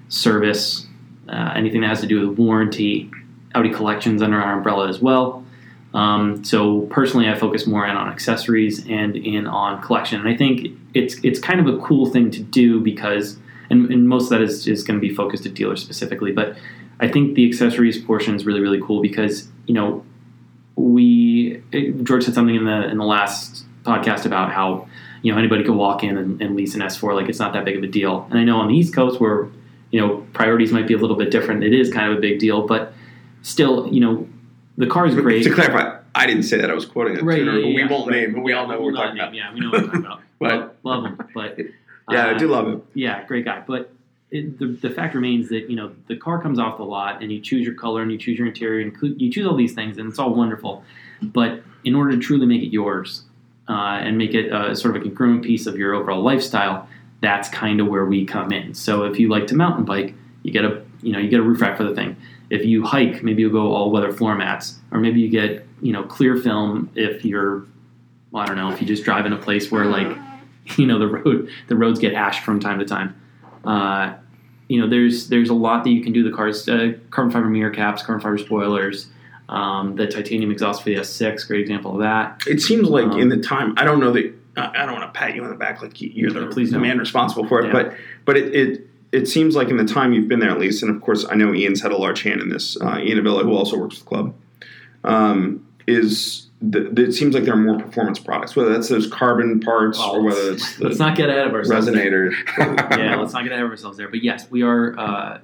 Speaker 2: service, uh, anything that has to do with warranty, Audi collections under our umbrella as well. Um, so personally, I focus more in on accessories and in on collection. And I think it's it's kind of a cool thing to do because, and, and most of that is, is going to be focused at dealers specifically. But I think the accessories portion is really really cool because you know we it- George said something in the in the last podcast about how you know anybody could walk in and, and lease an S4 like it's not that big of a deal. And I know on the East Coast where you know priorities might be a little bit different, it is kind of a big deal, but still, you know, the car is great.
Speaker 1: To clarify, I didn't say that I was quoting it.
Speaker 2: Right,
Speaker 1: Tuner,
Speaker 2: yeah,
Speaker 1: but we
Speaker 2: yeah,
Speaker 1: won't
Speaker 2: right.
Speaker 1: name. But we all know what we're
Speaker 2: Well,
Speaker 1: talking
Speaker 2: not-
Speaker 1: about.
Speaker 2: Yeah, we know what we're talking about.
Speaker 1: But
Speaker 2: love him, but
Speaker 1: yeah,
Speaker 2: uh,
Speaker 1: I do love it.
Speaker 2: yeah, great guy. But it, the, the fact remains that you know the car comes off the lot, and you choose your color, and you choose your interior, and clu- you choose all these things, and it's all wonderful. But in order to truly make it yours uh, and make it uh, sort of a congruent piece of your overall lifestyle, that's kind of where we come in. So if you like to mountain bike, you get a you know you get a roof rack for the thing. If you hike, maybe you go all weather floor mats, or maybe you get you know clear film if you're well, I don't know if you just drive in a place where like you know the road the roads get ashed from time to time. Uh, you know, there's there's a lot that you can do. The cars, uh, carbon fiber mirror caps, carbon fiber spoilers, um, the titanium exhaust for the S6, great example of that.
Speaker 1: It seems like
Speaker 2: Um,
Speaker 1: in the time, I don't know that I I don't want to pat you on the back like you- you're the,
Speaker 2: Please
Speaker 1: the
Speaker 2: don't.
Speaker 1: man responsible for it,
Speaker 2: Yeah.
Speaker 1: but but it, it it seems like in the time you've been there at least, and of course I know Ian's had a large hand in this. Uh, Ian Avila, who also works with the club, um, is the, the- it seems like there are more performance products, whether that's those carbon parts
Speaker 2: Well,
Speaker 1: or whether it's
Speaker 2: Let's
Speaker 1: the
Speaker 2: not get ahead of ourselves.
Speaker 1: resonators.
Speaker 2: yeah, let's not get ahead of ourselves there. But yes, we are uh,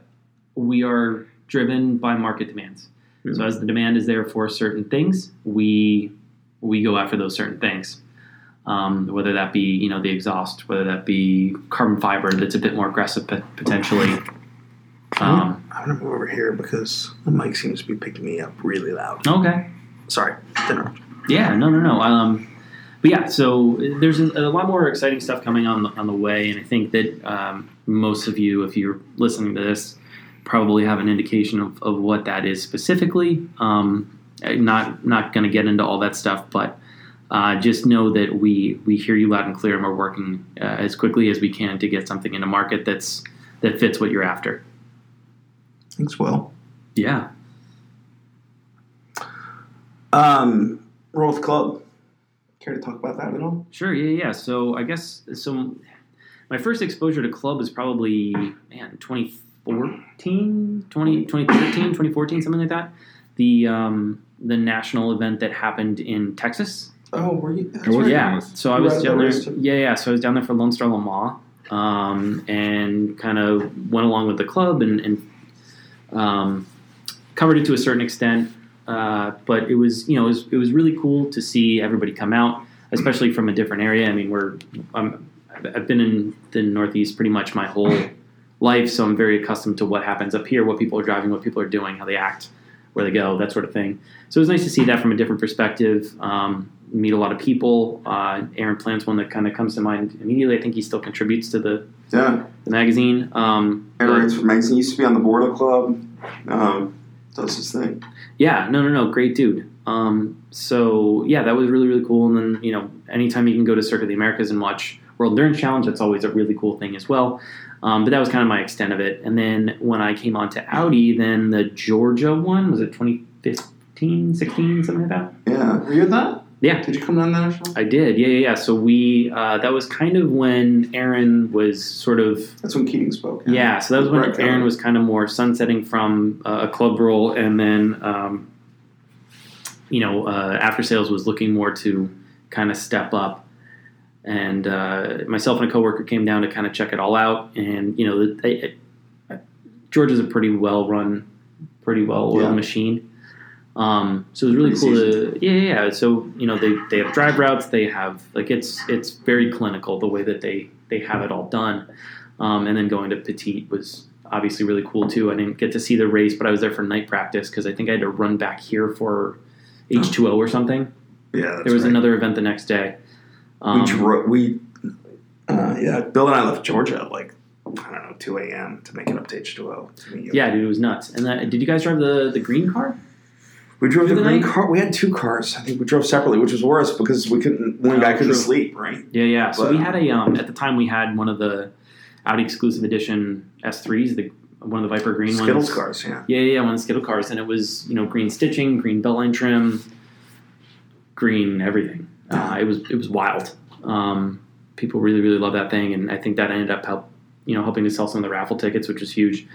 Speaker 2: we are driven by market demands. So
Speaker 1: Mhm.
Speaker 2: as the demand is there for certain things, we we go after those certain things. Um, whether that be you know the exhaust, whether that be carbon fiber that's a bit more aggressive pot- potentially. Um,
Speaker 1: I'm gonna move over here because the mic seems to be picking me up really loud.
Speaker 2: okay.
Speaker 1: Sorry, dinner.
Speaker 2: Yeah, no, no, no. Um, but yeah, so there's a, a lot more exciting stuff coming on the, on the way, and I think that um, most of you, if you're listening to this, probably have an indication of, of what that is specifically. Um, I'm not not going to get into all that stuff, but uh, just know that we we hear you loud and clear, and we're working uh, as quickly as we can to get something in the market that's that fits what you're after.
Speaker 1: Thanks, Will.
Speaker 2: Yeah,
Speaker 1: Um, Roth Club. Care to talk about that at all?
Speaker 2: Sure, yeah, yeah. So I guess so. My first exposure to club is probably man 2014, 20, 2013, 2014, something like that. The um, the national event that happened in Texas.
Speaker 1: Oh, were you? that's
Speaker 3: I was-
Speaker 1: right.
Speaker 2: yeah.
Speaker 3: Dallas.
Speaker 2: So I
Speaker 1: You
Speaker 2: was
Speaker 1: were at
Speaker 2: down
Speaker 1: the
Speaker 2: there.
Speaker 1: race too?
Speaker 2: Yeah, yeah. So I was down there for Lone Star Lamar, um, and kind of went along with the club and, and um, covered it to a certain extent. Uh, but it was, you know, it was, it was really cool to see everybody come out, especially from a different area. I mean, we're I'm, I've been in the Northeast pretty much my whole life, so I'm very accustomed to what happens up here, what people are driving, what people are doing, how they act, where they go, that sort of thing. So it was nice to see that from a different perspective. Um, meet a lot of people. Uh, Aaron Plant's one that kind of comes to mind immediately. I think he still contributes to the,
Speaker 1: Yeah,
Speaker 2: the magazine. Um,
Speaker 1: and writes for magazine. Used to be on the board of the club. Um, does his thing.
Speaker 2: Yeah, no, no, no, great dude. Um, so yeah, that was really, really cool. And then you know, anytime you can go to Circuit of the Americas and watch World Endurance Challenge, that's always a really cool thing as well. Um, but that was kind of my extent of it. And then when I came on to Audi, then the Georgia one was it 2015, 16, something like that.
Speaker 1: Yeah, were you at that?
Speaker 2: Yeah.
Speaker 1: Did you come down that national?
Speaker 2: I did, yeah, yeah, yeah. So we uh, that was kind of when Aaron was sort of
Speaker 1: That's when Keating spoke.
Speaker 2: yeah. so that was when
Speaker 1: Right, uh, right.
Speaker 2: Aaron was kind of more sunsetting from uh, a club role, and then um, you know uh, after sales was looking more to kind of step up. and uh, myself and a coworker came down to kind of check it all out. And you know, the, it, it, George is a pretty well run, pretty well oiled
Speaker 1: Yeah.
Speaker 2: machine. Um, so it was really
Speaker 1: Pretty
Speaker 2: cool to yeah, yeah, yeah. So you know, they they have drive routes. They have like it's it's very clinical the way that they they have it all done. Um, and then going to Petite was obviously really cool too. I didn't get to see the race, but I was there for night practice because I think I had to run back here for H2O or something.
Speaker 1: Yeah, that's
Speaker 2: there was
Speaker 1: right.
Speaker 2: another event the next day. Um,
Speaker 1: we dro- we uh, yeah. Bill and I left Georgia at like I don't know two a.m. to make it up to H two O to meet you.
Speaker 2: Yeah, dude, it was nuts. And that, did you guys drive the, the green car?
Speaker 1: we drove the
Speaker 2: Did they?
Speaker 1: green car. We had two cars. I think we drove separately, which was worse because we couldn't. One
Speaker 2: Oh,
Speaker 1: guy couldn't
Speaker 2: true.
Speaker 1: sleep. Right.
Speaker 2: Yeah, yeah. So
Speaker 1: But-
Speaker 2: we had a um, at the time we had one of the Audi exclusive edition S3s, the one of the Viper green
Speaker 1: Skittles
Speaker 2: ones.
Speaker 1: cars. Yeah.
Speaker 2: Yeah, yeah, yeah, one of the Skittle cars, and it was you know green stitching, green beltline trim, green everything. Uh, it was it was wild. Um, people really really love that thing, and I think that ended up help you know helping to sell some of the raffle tickets, which was huge.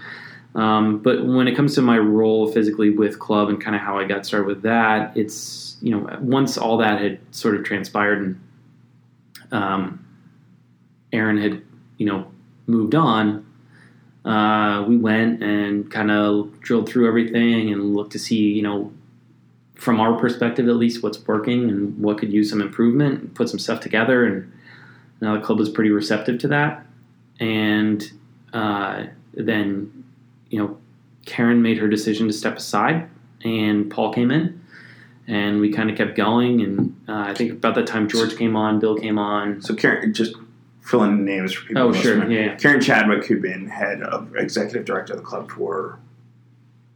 Speaker 2: Um, but when it comes to my role physically with club and kind of how I got started with that, it's you know once all that had sort of transpired and um, Aaron had you know moved on, uh, we went and kind of drilled through everything and looked to see, you know, from our perspective at least, what's working and what could use some improvement, and put some stuff together. And now the club was pretty receptive to that. And uh, then, you know, Karen made her decision to step aside, and Paul came in. And we kind of kept going, and uh, I think about that time George came on, Bill came on.
Speaker 1: So Karen, just filling in names for people.
Speaker 2: Oh,
Speaker 1: listening.
Speaker 2: sure, yeah, yeah.
Speaker 1: Karen Chadwick, who'd been head of executive director of the club for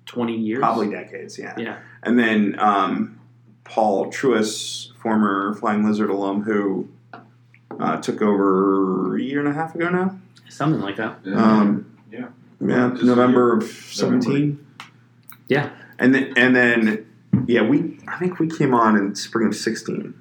Speaker 2: twenty years,
Speaker 1: probably decades, yeah.
Speaker 2: Yeah,
Speaker 1: And then um, Paul Truis, former Flying Lizard alum, who uh, took over a year and a half ago now.
Speaker 2: something like that.
Speaker 1: Um,
Speaker 3: Yeah.
Speaker 1: yeah,
Speaker 3: Just a
Speaker 1: November of seventeen.
Speaker 2: Yeah.
Speaker 1: and then, and then yeah, we I think we came on in spring of sixteen.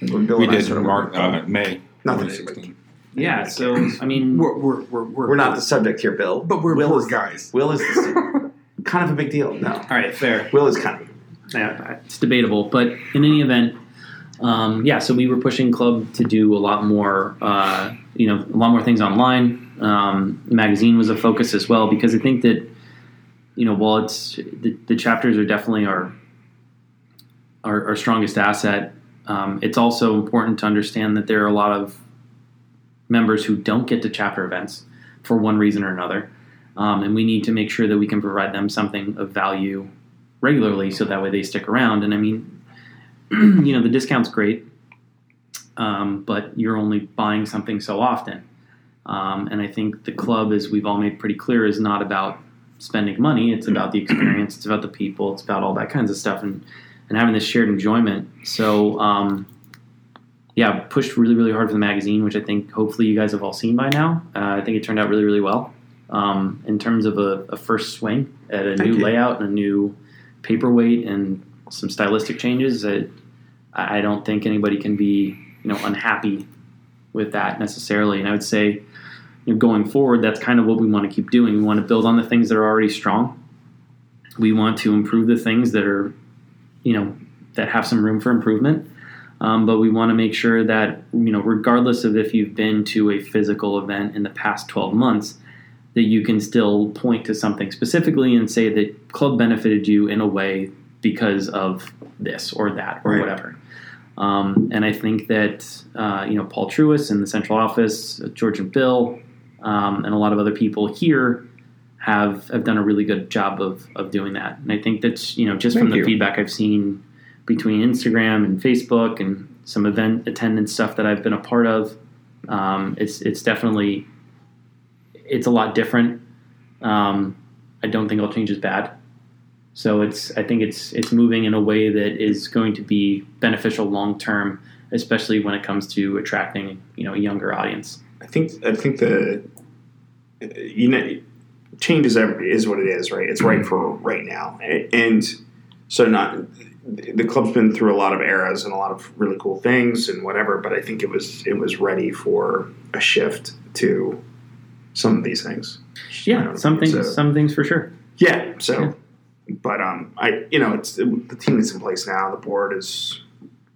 Speaker 1: When Bill
Speaker 3: we
Speaker 1: and I
Speaker 3: did
Speaker 1: started
Speaker 3: Mark
Speaker 1: working on it.
Speaker 3: uh, May.
Speaker 1: Nothing.
Speaker 3: 2016.
Speaker 2: Yeah, so I mean,
Speaker 3: We're, we're, we're,
Speaker 1: We're not the subject here, Bill.
Speaker 3: but we're
Speaker 1: Will
Speaker 3: poor
Speaker 1: is,
Speaker 3: guys.
Speaker 1: Will is the, kind of a big deal. No,
Speaker 2: all right, fair.
Speaker 1: Will is kind of
Speaker 2: Yeah, it's debatable, but in any event, um, yeah. So we were pushing club to do a lot more, uh, you know, a lot more things online. Um, magazine was a focus as well because I think that, you know, while it's the, the chapters are definitely our our, our strongest asset, um, it's also important to understand that there are a lot of members who don't get to chapter events for one reason or another. Um, and we need to make sure that we can provide them something of value regularly so that way they stick around and i mean you know the discount's great um, but you're only buying something so often um, and i think the club as we've all made pretty clear is not about spending money it's about the experience it's about the people it's about all that kinds of stuff and and having this shared enjoyment so um, yeah pushed really really hard for the magazine which i think hopefully you guys have all seen by now uh, i think it turned out really really well um, in terms of a, a first swing at a
Speaker 1: Thank
Speaker 2: new
Speaker 1: you.
Speaker 2: layout and a new paperweight and some stylistic changes that I I don't think anybody can be you know unhappy with that necessarily. And I would say you know, going forward, that's kind of what we want to keep doing. We want to build on the things that are already strong. We want to improve the things that are you know that have some room for improvement. Um, but we want to make sure that you know, regardless of if you've been to a physical event in the past 12 months, that you can still point to something specifically and say that club benefited you in a way because of this or that or
Speaker 1: Right.
Speaker 2: whatever. Um, and I think that uh, you know Paul Truis in the central office, uh, George and Bill, um, and a lot of other people here have have done a really good job of of doing that. And I think that's you know just
Speaker 3: Thank
Speaker 2: from the
Speaker 3: you.
Speaker 2: feedback I've seen between Instagram and Facebook and some event attendance stuff that I've been a part of, um, it's it's definitely it's a lot different. Um, I don't think all change is bad. So it's I think it's it's moving in a way that is going to be beneficial long term, especially when it comes to attracting you know a younger audience.
Speaker 1: I think I think the uh, you know change is ev- is what it is, right? It's right for right now, A- and so not the club's been through a lot of eras and a lot of really cool things and whatever. But I think it was it was ready for a shift to some of these things.
Speaker 2: Yeah, some things
Speaker 1: So-
Speaker 2: some things for sure.
Speaker 1: Yeah, so.
Speaker 2: Yeah.
Speaker 1: But um, I you know it's the team that's in place now. The board is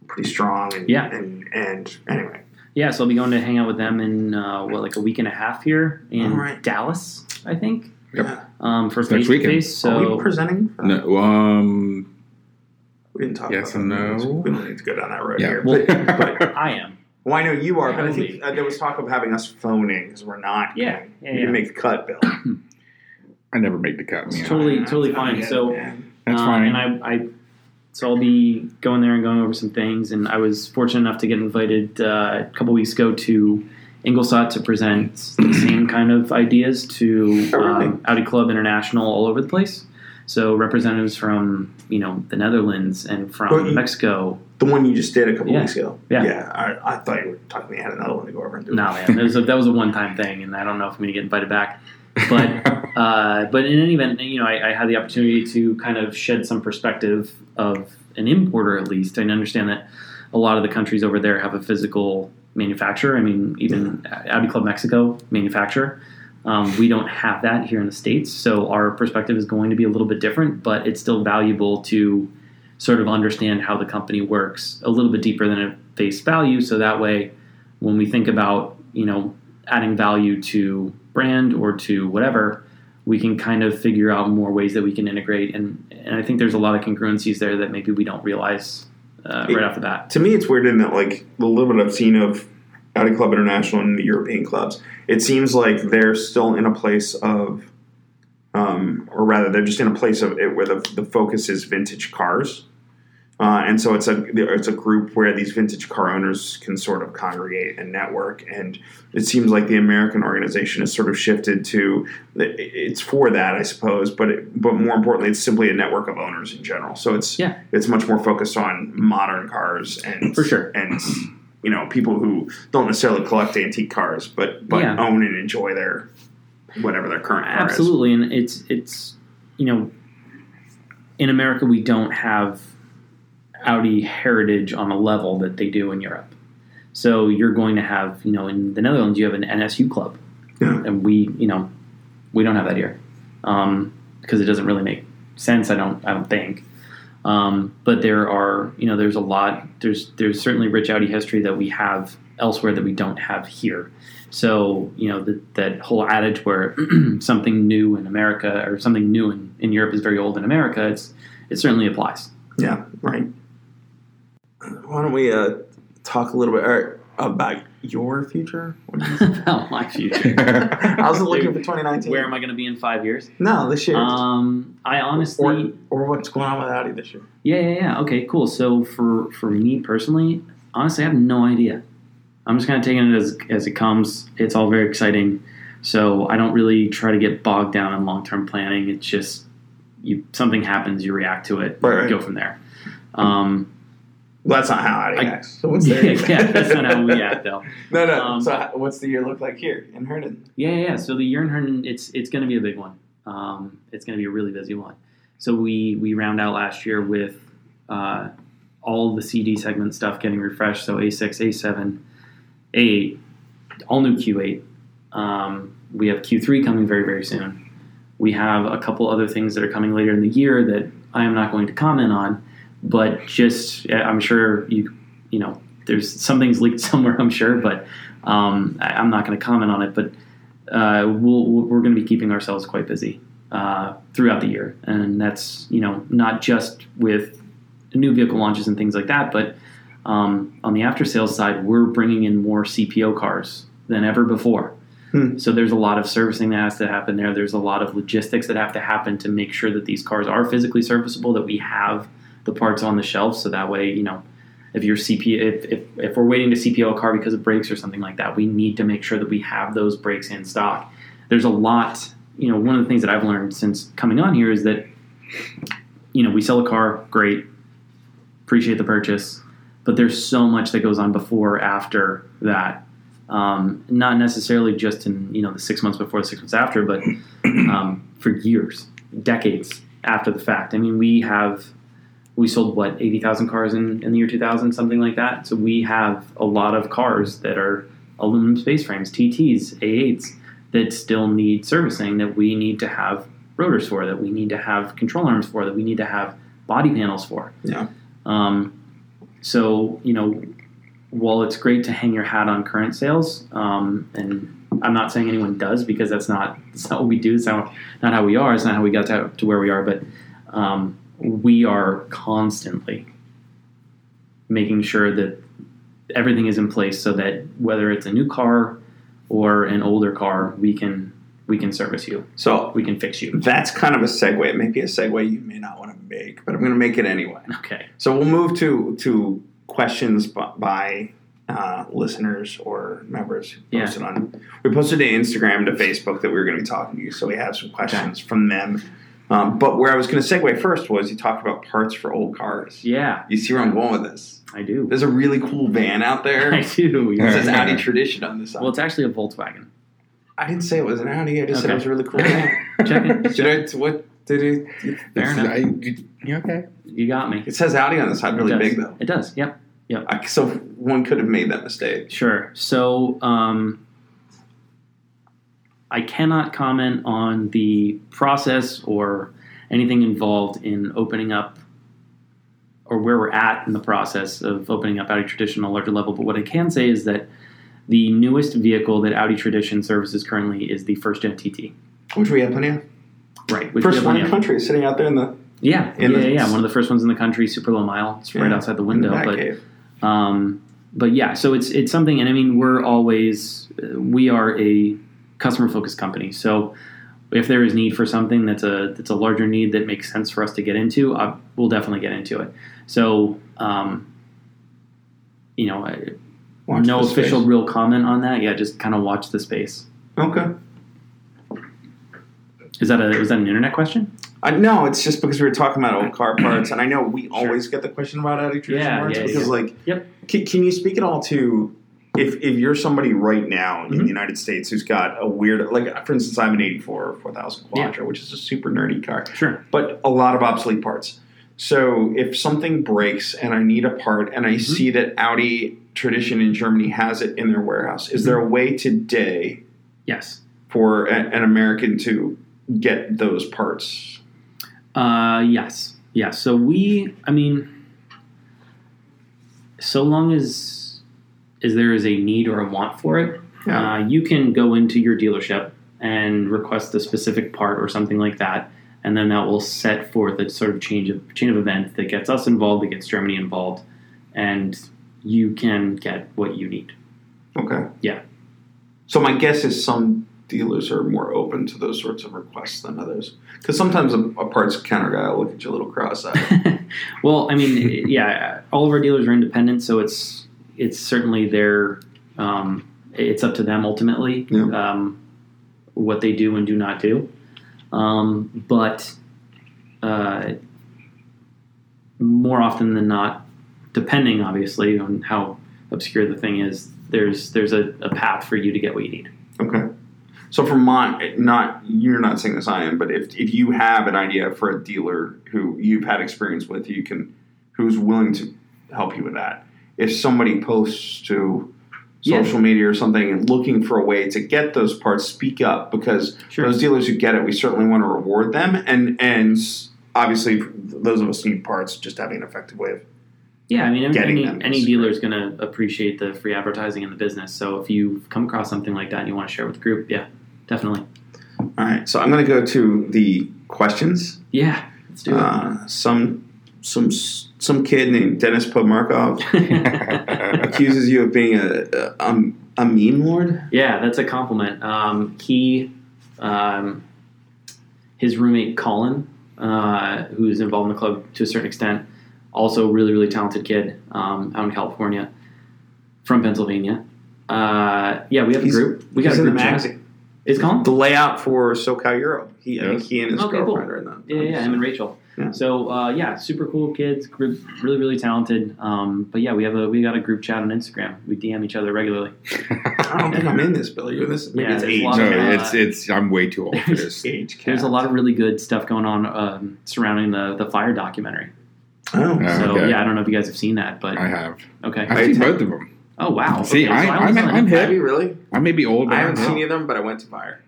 Speaker 1: pretty strong, and
Speaker 2: Yeah.
Speaker 1: and and anyway,
Speaker 2: yeah, so I'll be going to hang out with them in uh, what like a week and a half here in
Speaker 1: All right.
Speaker 2: Dallas, I think.
Speaker 3: Yep.
Speaker 2: Um, for
Speaker 3: It's next
Speaker 2: face to
Speaker 3: weekend.
Speaker 2: face.
Speaker 1: Are
Speaker 2: So
Speaker 1: Oh, we presenting? Uh,
Speaker 3: No, um,
Speaker 1: We didn't talk
Speaker 3: Yes
Speaker 1: about
Speaker 3: and
Speaker 1: that.
Speaker 3: no.
Speaker 1: We don't need to go down that road
Speaker 3: Yeah.
Speaker 1: here.
Speaker 2: Well-
Speaker 1: But, but
Speaker 2: I am.
Speaker 1: well, I know you are, but I
Speaker 2: Probably.
Speaker 1: think uh, there was talk of having us phoning because we're not.
Speaker 2: Yeah,
Speaker 1: going.
Speaker 2: yeah,
Speaker 1: you
Speaker 2: yeah.
Speaker 1: didn't make the cut, Bill.
Speaker 3: I never make the cut.
Speaker 2: It's
Speaker 3: Man.
Speaker 2: totally- totally fine.
Speaker 1: Yeah,
Speaker 2: So-
Speaker 1: yeah.
Speaker 3: That's
Speaker 2: Um,
Speaker 3: fine.
Speaker 2: And I, I, so I'll be going there and going over some things. And I was fortunate enough to get invited uh, a couple weeks ago to Ingolstadt to present the same kind of ideas to
Speaker 1: Oh, really?
Speaker 2: um, Audi Club International all over the place. So representatives from you know the Netherlands and from
Speaker 1: But you-
Speaker 2: Mexico.
Speaker 1: the one you just did a couple
Speaker 2: Yeah.
Speaker 1: weeks ago.
Speaker 2: Yeah.
Speaker 1: I, I thought you were talking me had another one to go over and do.
Speaker 2: Nah, man, that was a, that was a one time thing, and I don't know if I'm gonna get invited back. But Uh, but in any event, you know, I, I had the opportunity to kind of shed some perspective of an importer, at least, and understand that a lot of the countries over there have a physical manufacturer. I mean, even Abbey Club Mexico manufacturer. Um, we don't have that here in the states, so our perspective is going to be a little bit different, but it's still valuable to sort of understand how the company works a little bit deeper than at face value. So that way, when we think about you know adding value to brand or to whatever, we can kind of figure out more ways that we can integrate and and I think there's a lot of congruencies there that maybe we don't realize uh, right off the bat.
Speaker 1: To me, it's weird in that like the little bit I've seen of Audi Club International and the European clubs, it seems like they're still in a place of, um, or rather, they're just in a place of it where the, the focus is vintage cars. Uh, and so it's a it's a group where these vintage car owners can sort of congregate and network, and it seems like the American organization has sort of shifted to it's for that, I suppose, but it, but more importantly, it's simply a network of owners in general. So it's
Speaker 2: Yeah.
Speaker 1: it's much more focused on modern cars and
Speaker 2: For sure.
Speaker 1: and you know people who don't necessarily collect antique cars, but but
Speaker 2: Yeah.
Speaker 1: own and enjoy their whatever their current car is.
Speaker 2: Absolutely, and it's it's you know in America we don't have Audi heritage on a level that they do in Europe. So you're going to have you know in the Netherlands you have an NSU club,
Speaker 1: Yeah.
Speaker 2: and we you know we don't have that here um, because it doesn't really make sense. I don't I don't think. Um, but there are you know there's a lot there's there's certainly rich Audi history that we have elsewhere that we don't have here. So you know that that whole adage where something new in America or something new in, in Europe is very old in America. It's it certainly applies.
Speaker 1: Yeah, right. Why don't we uh, talk a little bit er, about your future? What do you think?
Speaker 2: About my future.
Speaker 1: I was looking for
Speaker 2: Dude,
Speaker 1: 2019.
Speaker 2: Where am I going to be in five years?
Speaker 1: No, this year.
Speaker 2: Um, I honestly.
Speaker 1: or, or what's going on with Audi this year?
Speaker 2: Yeah, yeah, yeah. Okay, cool. So for for me personally, honestly, I have no idea. I'm just kind of taking it as as it comes. It's all very exciting, so I don't really try to get bogged down in long term planning. It's just you something happens, you react to it,
Speaker 1: Right, right.
Speaker 2: go from there. Um,
Speaker 1: Well, that's not how Audi
Speaker 2: I-
Speaker 1: acts. So what's
Speaker 2: yeah,
Speaker 1: there?
Speaker 2: yeah, that's not how we act though.
Speaker 1: No, no.
Speaker 2: Um,
Speaker 1: so how- what's the year look like here in Herndon?
Speaker 2: Yeah, yeah. yeah. So the year in Herndon, it's it's going to be a big one. Um, it's going to be a really busy one. So we we round out last year with uh, all the CD segment stuff getting refreshed. So A6, A7, A8, all new Q8. Um, we have Q3 coming very very soon. We have a couple other things that are coming later in the year that I am not going to comment on, but just I'm sure you you know there's something's leaked somewhere I'm sure, but um, I, I'm not going to comment on it. But uh, we'll, we'll- we're going to be keeping ourselves quite busy uh, throughout the year, and that's you know not just with new vehicle launches and things like that, but um, on the after sales side, we're bringing in more CPO cars than ever before.
Speaker 1: Hmm.
Speaker 2: So there's a lot of servicing that has to happen there. There's a lot of logistics that have to happen to make sure that these cars are physically serviceable, that we have the parts on the shelf, so that way you know if your CP if, if, if we're waiting to CPO a car because of brakes or something like that, we need to make sure that we have those brakes in stock. There's a lot, you know, one of the things that I've learned since coming on here is that, you know, we sell a car, great, appreciate the purchase, but there's so much that goes on before, after that. Um, not necessarily just in, you know, the six months before, the six months after, but um, for years, decades after the fact. I mean, we have we sold what 80,000 cars in, in the year 2000 something like that so we have a lot of cars that are aluminum space frames tts a8s that still need servicing that we need to have rotors for that we need to have control arms for that we need to have body panels for
Speaker 1: Yeah.
Speaker 2: um, so you know while it's great to hang your hat on current sales, um, and I'm not saying anyone does because that's not that's not what we do. It's not, not how we are. It's not how we got to, to where we are. But um, we are constantly making sure that everything is in place so that whether it's a new car or an older car, we can we can service you.
Speaker 1: So
Speaker 2: We can fix you.
Speaker 1: that's kind of a segue. It may be a segue you may not want to make, but I'm going to make it anyway.
Speaker 2: Okay.
Speaker 1: So we'll move to to questions b- by uh, listeners or members. Who
Speaker 2: Yeah.
Speaker 1: posted on we posted to Instagram to Facebook that we were going to be talking to you, so we have some questions from them. Um, but where I was going to segue first was you talked about parts for old cars.
Speaker 2: Yeah,
Speaker 1: You see where I'm going with this?
Speaker 2: I do.
Speaker 1: There's a really cool van out there.
Speaker 2: I
Speaker 1: It
Speaker 2: do.
Speaker 3: Yeah.
Speaker 1: says Audi Tradition on the side.
Speaker 2: Well, it's actually a Volkswagen.
Speaker 1: I didn't say it was an Audi. I just said it
Speaker 2: Okay.
Speaker 1: was a really cool van.
Speaker 2: Check it.
Speaker 1: Did I? What did it?
Speaker 2: Fair enough.
Speaker 3: I, you, you okay?
Speaker 2: You got me.
Speaker 1: It says Audi on the side, really
Speaker 2: it does.
Speaker 1: big though.
Speaker 2: It does. Yep.
Speaker 1: I, so one could have made that mistake.
Speaker 2: Sure. So um, I cannot comment on the process or anything involved in opening up or where we're at in the process of opening up Audi Tradition on a larger level. But what I can say is that the newest vehicle that Audi Tradition services currently is the first gen TT.
Speaker 1: Which we have plenty of.
Speaker 2: Right. Which we
Speaker 1: First
Speaker 2: have
Speaker 1: one in
Speaker 2: on-
Speaker 1: the country sitting out there in the,
Speaker 2: Yeah.
Speaker 1: in
Speaker 2: yeah,
Speaker 1: the-
Speaker 2: yeah. One of the first ones in the country, super low mile. It's right
Speaker 1: Yeah.
Speaker 2: outside the
Speaker 1: in the
Speaker 2: window.
Speaker 1: back
Speaker 2: but
Speaker 1: cave.
Speaker 2: Um, but yeah, so it's it's something, and I mean, we're always uh, we are a customer focused company. So if there is need for something that's a that's a larger need that makes sense for us to get into, uh, we'll definitely get into it. So um, you know, I-
Speaker 1: Watch
Speaker 2: no
Speaker 1: the space.
Speaker 2: official real comment on that. Yeah, just kind of watch the space.
Speaker 1: Okay.
Speaker 2: Is that a was that an internet question?
Speaker 1: I, no, it's just because we were talking about old car parts, and I know we always get the question about Audi tradition
Speaker 2: Yeah,
Speaker 1: parts
Speaker 2: yeah,
Speaker 1: because,
Speaker 2: yeah.
Speaker 1: like,
Speaker 2: Yep.
Speaker 1: can, can you speak at all to if if you're somebody right now in the
Speaker 2: Mhm.
Speaker 1: United States who's got a weird, like, for instance, I'm an '84 or 4000 Quattro, which is a super nerdy car.
Speaker 2: Sure.
Speaker 1: but a lot of obsolete parts. So if something breaks and I need a part and I
Speaker 2: Mm-hmm.
Speaker 1: see that Audi Tradition in Germany has it in their warehouse, is
Speaker 2: Mm-hmm.
Speaker 1: there a way today
Speaker 2: Yes.
Speaker 1: for a- an American to get those parts?
Speaker 2: Uh, yes, yes. So we, I mean, so long as as there is a need or a want for it,
Speaker 1: Yeah.
Speaker 2: uh, you can go into your dealership and request a specific part or something like that, and then that will set forth a sort of change of chain of events that gets us involved, that gets Germany involved, and you can get what you need.
Speaker 1: Okay.
Speaker 2: Yeah.
Speaker 1: So my guess is some dealers are more open to those sorts of requests than others because sometimes a, a parts counter guy will look at you a little cross-eyed.
Speaker 2: well, I mean, yeah, all of our dealers are independent, so it's it's certainly their um, it's up to them ultimately
Speaker 1: Yeah.
Speaker 2: um, what they do and do not do. Um, but uh, more often than not, depending obviously on how obscure the thing is, there's there's a, a path for you to get what you need.
Speaker 1: Okay. So from my not you're not saying this I am, but if if you have an idea for a dealer who you've had experience with, you can who's willing to help you with that. If somebody posts to
Speaker 2: Yeah.
Speaker 1: social media or something and looking for a way to get those parts, speak up because those dealers who get it, we certainly want to reward them and and s- obviously those of us who need parts just having an effective way of
Speaker 2: Yeah, I mean, any,
Speaker 1: getting
Speaker 2: any,
Speaker 1: them
Speaker 2: any
Speaker 1: is
Speaker 2: dealer is going to appreciate the free advertising in the business. So if you come across something like that and you want to share with the group, yeah, definitely.
Speaker 1: all right. So I'm gonna go to the questions.
Speaker 2: Yeah, let's do
Speaker 1: Uh, some some some kid named Dennis Podmarkov
Speaker 2: it.
Speaker 1: accuses you of being a a, um, a meme lord.
Speaker 2: yeah, that's a compliment. Um, he, um, his roommate Colin, uh, who's involved in the club to a certain extent, also a really really talented kid um, out in California, from Pennsylvania. Uh, yeah, we have
Speaker 1: He's-
Speaker 2: a group. We got
Speaker 1: He's
Speaker 2: a
Speaker 1: in the
Speaker 2: group chat.
Speaker 1: magazine.
Speaker 2: Is Colin?
Speaker 1: The layout for SoCal Euro. He, I think
Speaker 3: Yes.
Speaker 1: he and his
Speaker 2: Okay, cool.
Speaker 1: girlfriend are in that.
Speaker 2: Yeah, yeah, him and Rachel.
Speaker 1: Yeah.
Speaker 2: So uh, yeah, super cool kids, group, really really talented. Um, but yeah, we have a we got a group chat on Instagram. We DM each other regularly.
Speaker 1: I don't think I'm in this, Billy. You're in this. Maybe
Speaker 2: Yeah,
Speaker 1: it's
Speaker 2: there's
Speaker 1: age.
Speaker 2: lots
Speaker 3: no,
Speaker 2: Uh,
Speaker 3: it's it's. I'm way too old for this.
Speaker 1: age. Cat.
Speaker 2: There's a lot of really good stuff going on um, surrounding the the fire documentary.
Speaker 1: Oh,
Speaker 3: Yeah.
Speaker 2: So
Speaker 3: okay.
Speaker 2: yeah, I don't know if you guys have seen that, but
Speaker 3: I have.
Speaker 2: okay.
Speaker 1: I
Speaker 3: I've seen
Speaker 1: take-
Speaker 3: both of them.
Speaker 2: oh wow.
Speaker 3: See,
Speaker 2: okay, so
Speaker 3: I-
Speaker 2: I was
Speaker 3: I'm-
Speaker 2: on
Speaker 3: I'm
Speaker 2: it.
Speaker 3: hip.
Speaker 1: Have you really?
Speaker 3: I may be old. But
Speaker 1: I haven't
Speaker 3: I'm
Speaker 1: seen
Speaker 3: young.
Speaker 1: either of them, but I went to fire.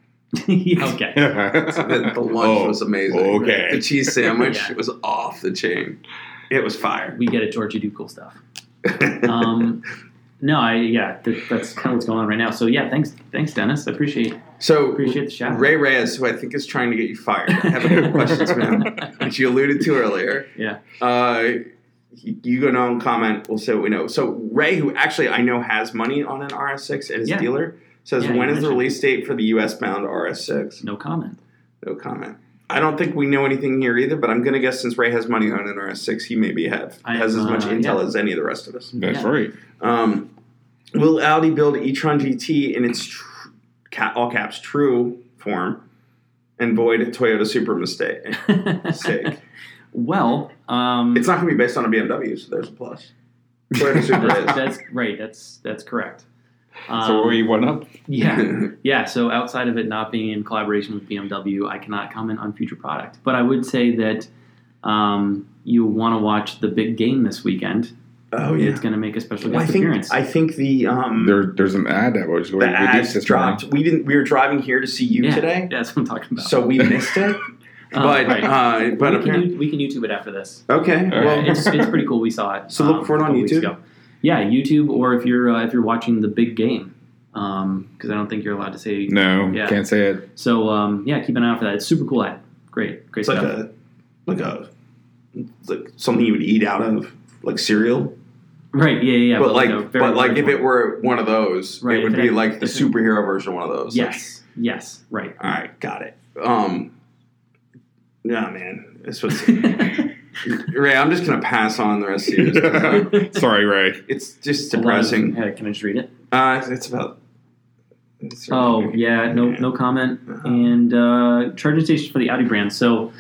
Speaker 2: Yeah, okay.
Speaker 1: The, the lunch
Speaker 3: Oh,
Speaker 1: was amazing.
Speaker 3: okay.
Speaker 1: The cheese sandwich
Speaker 2: Yeah.
Speaker 1: was off the chain. It was fire.
Speaker 2: We get it, George. You do cool stuff. Um, No, I yeah, th- that's kind of what's going on right now. So yeah, thanks, thanks, Dennis. I appreciate
Speaker 1: So
Speaker 2: appreciate the shout.
Speaker 1: Ray Reyes, who I think is trying to get you fired, I have a couple questions for him, which you alluded to earlier.
Speaker 2: Yeah.
Speaker 1: Uh, you you go down, comment. We'll say what we know. So Ray, who actually I know has money on an RS6 at his
Speaker 2: Yeah.
Speaker 1: dealer, says
Speaker 2: Yeah, you
Speaker 1: when is the
Speaker 2: mentioned
Speaker 1: release date for the US bound RS6?
Speaker 2: No comment.
Speaker 1: No comment. I don't think we know anything here either, but I'm gonna guess since Ray has money on an RS6, he maybe have
Speaker 2: I
Speaker 1: has
Speaker 2: am,
Speaker 1: as much
Speaker 2: uh,
Speaker 1: intel
Speaker 2: yeah.
Speaker 1: as any of the rest of us.
Speaker 3: That's
Speaker 2: Yeah.
Speaker 3: right.
Speaker 1: Um, will Audi build e-tron GT in its tr- ca- all caps true form and void Toyota Super mistake? Sick.
Speaker 2: well, um,
Speaker 1: It's not going to be based on a BMW, so there's a plus. Toyota Super
Speaker 2: that's right. That's that's correct.
Speaker 3: so
Speaker 2: Um,
Speaker 3: we went up.
Speaker 2: yeah,
Speaker 1: is.
Speaker 2: yeah. So outside of it not being in collaboration with BMW, I cannot comment on future product. But I would say that um, you want to watch the big game this weekend.
Speaker 1: oh
Speaker 2: It's
Speaker 1: yeah.
Speaker 2: going to make a special
Speaker 1: Well, I
Speaker 2: guest
Speaker 1: think
Speaker 2: appearance.
Speaker 1: I think the um
Speaker 3: There, there's an ad that was
Speaker 1: the
Speaker 3: we
Speaker 1: ads
Speaker 3: released this morning.
Speaker 1: dropped. We didn't. We were driving here to see you
Speaker 2: yeah,
Speaker 1: today,
Speaker 2: Yeah, that's what I'm talking about.
Speaker 1: so we missed it.
Speaker 2: Uh,
Speaker 1: but
Speaker 2: right.
Speaker 1: uh, but
Speaker 2: we, can,
Speaker 1: apparently
Speaker 2: you- we can YouTube it after this.
Speaker 1: okay.
Speaker 3: All
Speaker 1: well,
Speaker 3: right.
Speaker 2: it's, it's pretty cool. We saw it. um,
Speaker 1: So look for it
Speaker 2: a
Speaker 1: on
Speaker 2: couple weeks
Speaker 1: YouTube?
Speaker 2: ago. Yeah, YouTube, or if you're uh, if you're watching the big game, because I don't think you're allowed to say.
Speaker 3: No,
Speaker 2: Yeah.
Speaker 3: can't say it.
Speaker 2: So um, yeah, keep an eye out for that. It's super cool ad. Great, great
Speaker 1: it's like
Speaker 2: stuff.
Speaker 1: a like a like something you would eat out of like cereal.
Speaker 2: right? Yeah, yeah. yeah
Speaker 1: but like,
Speaker 2: a very
Speaker 1: but like,
Speaker 2: large
Speaker 1: if
Speaker 2: one.
Speaker 1: it were one of those,
Speaker 2: Right,
Speaker 1: it would
Speaker 2: if it
Speaker 1: be
Speaker 2: had-
Speaker 1: like the
Speaker 2: if it-
Speaker 1: superhero version of one of those.
Speaker 2: yes, yes, right.
Speaker 1: Like, all right, got it. Um, yeah, man, this was Ray. I'm just gonna pass on the rest of yours. 'cause, uh,
Speaker 3: Sorry, Ray.
Speaker 1: it's just
Speaker 2: A lot of-
Speaker 1: depressing.
Speaker 2: yeah, can I just read it?
Speaker 1: Uh, it's about. it's
Speaker 2: Oh
Speaker 1: about-
Speaker 2: yeah, no, no comment. and uh, charging stations for the Audi brand. So,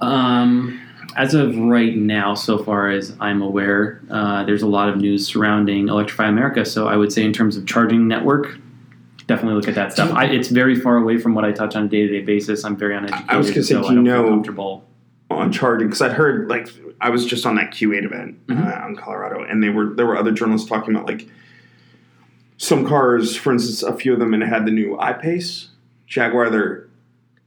Speaker 2: um, as of right now, so far as I'm aware, uh, there's a lot of news surrounding Electrify America. So, I would say in terms of charging network, definitely look at that stuff. I, it's very far away from what I touch on a day to day basis. I'm very uneducated.
Speaker 1: I was gonna say,
Speaker 2: so
Speaker 1: do
Speaker 2: I
Speaker 1: you
Speaker 2: don't
Speaker 1: know-
Speaker 2: feel comfortable.
Speaker 1: on charging because I heard like I was just on that Q8 event
Speaker 2: Mhm.
Speaker 1: uh, out in Colorado, and they were there were other journalists talking about like some cars, for instance, a few of them, and it had the new I-Pace Jaguar. Their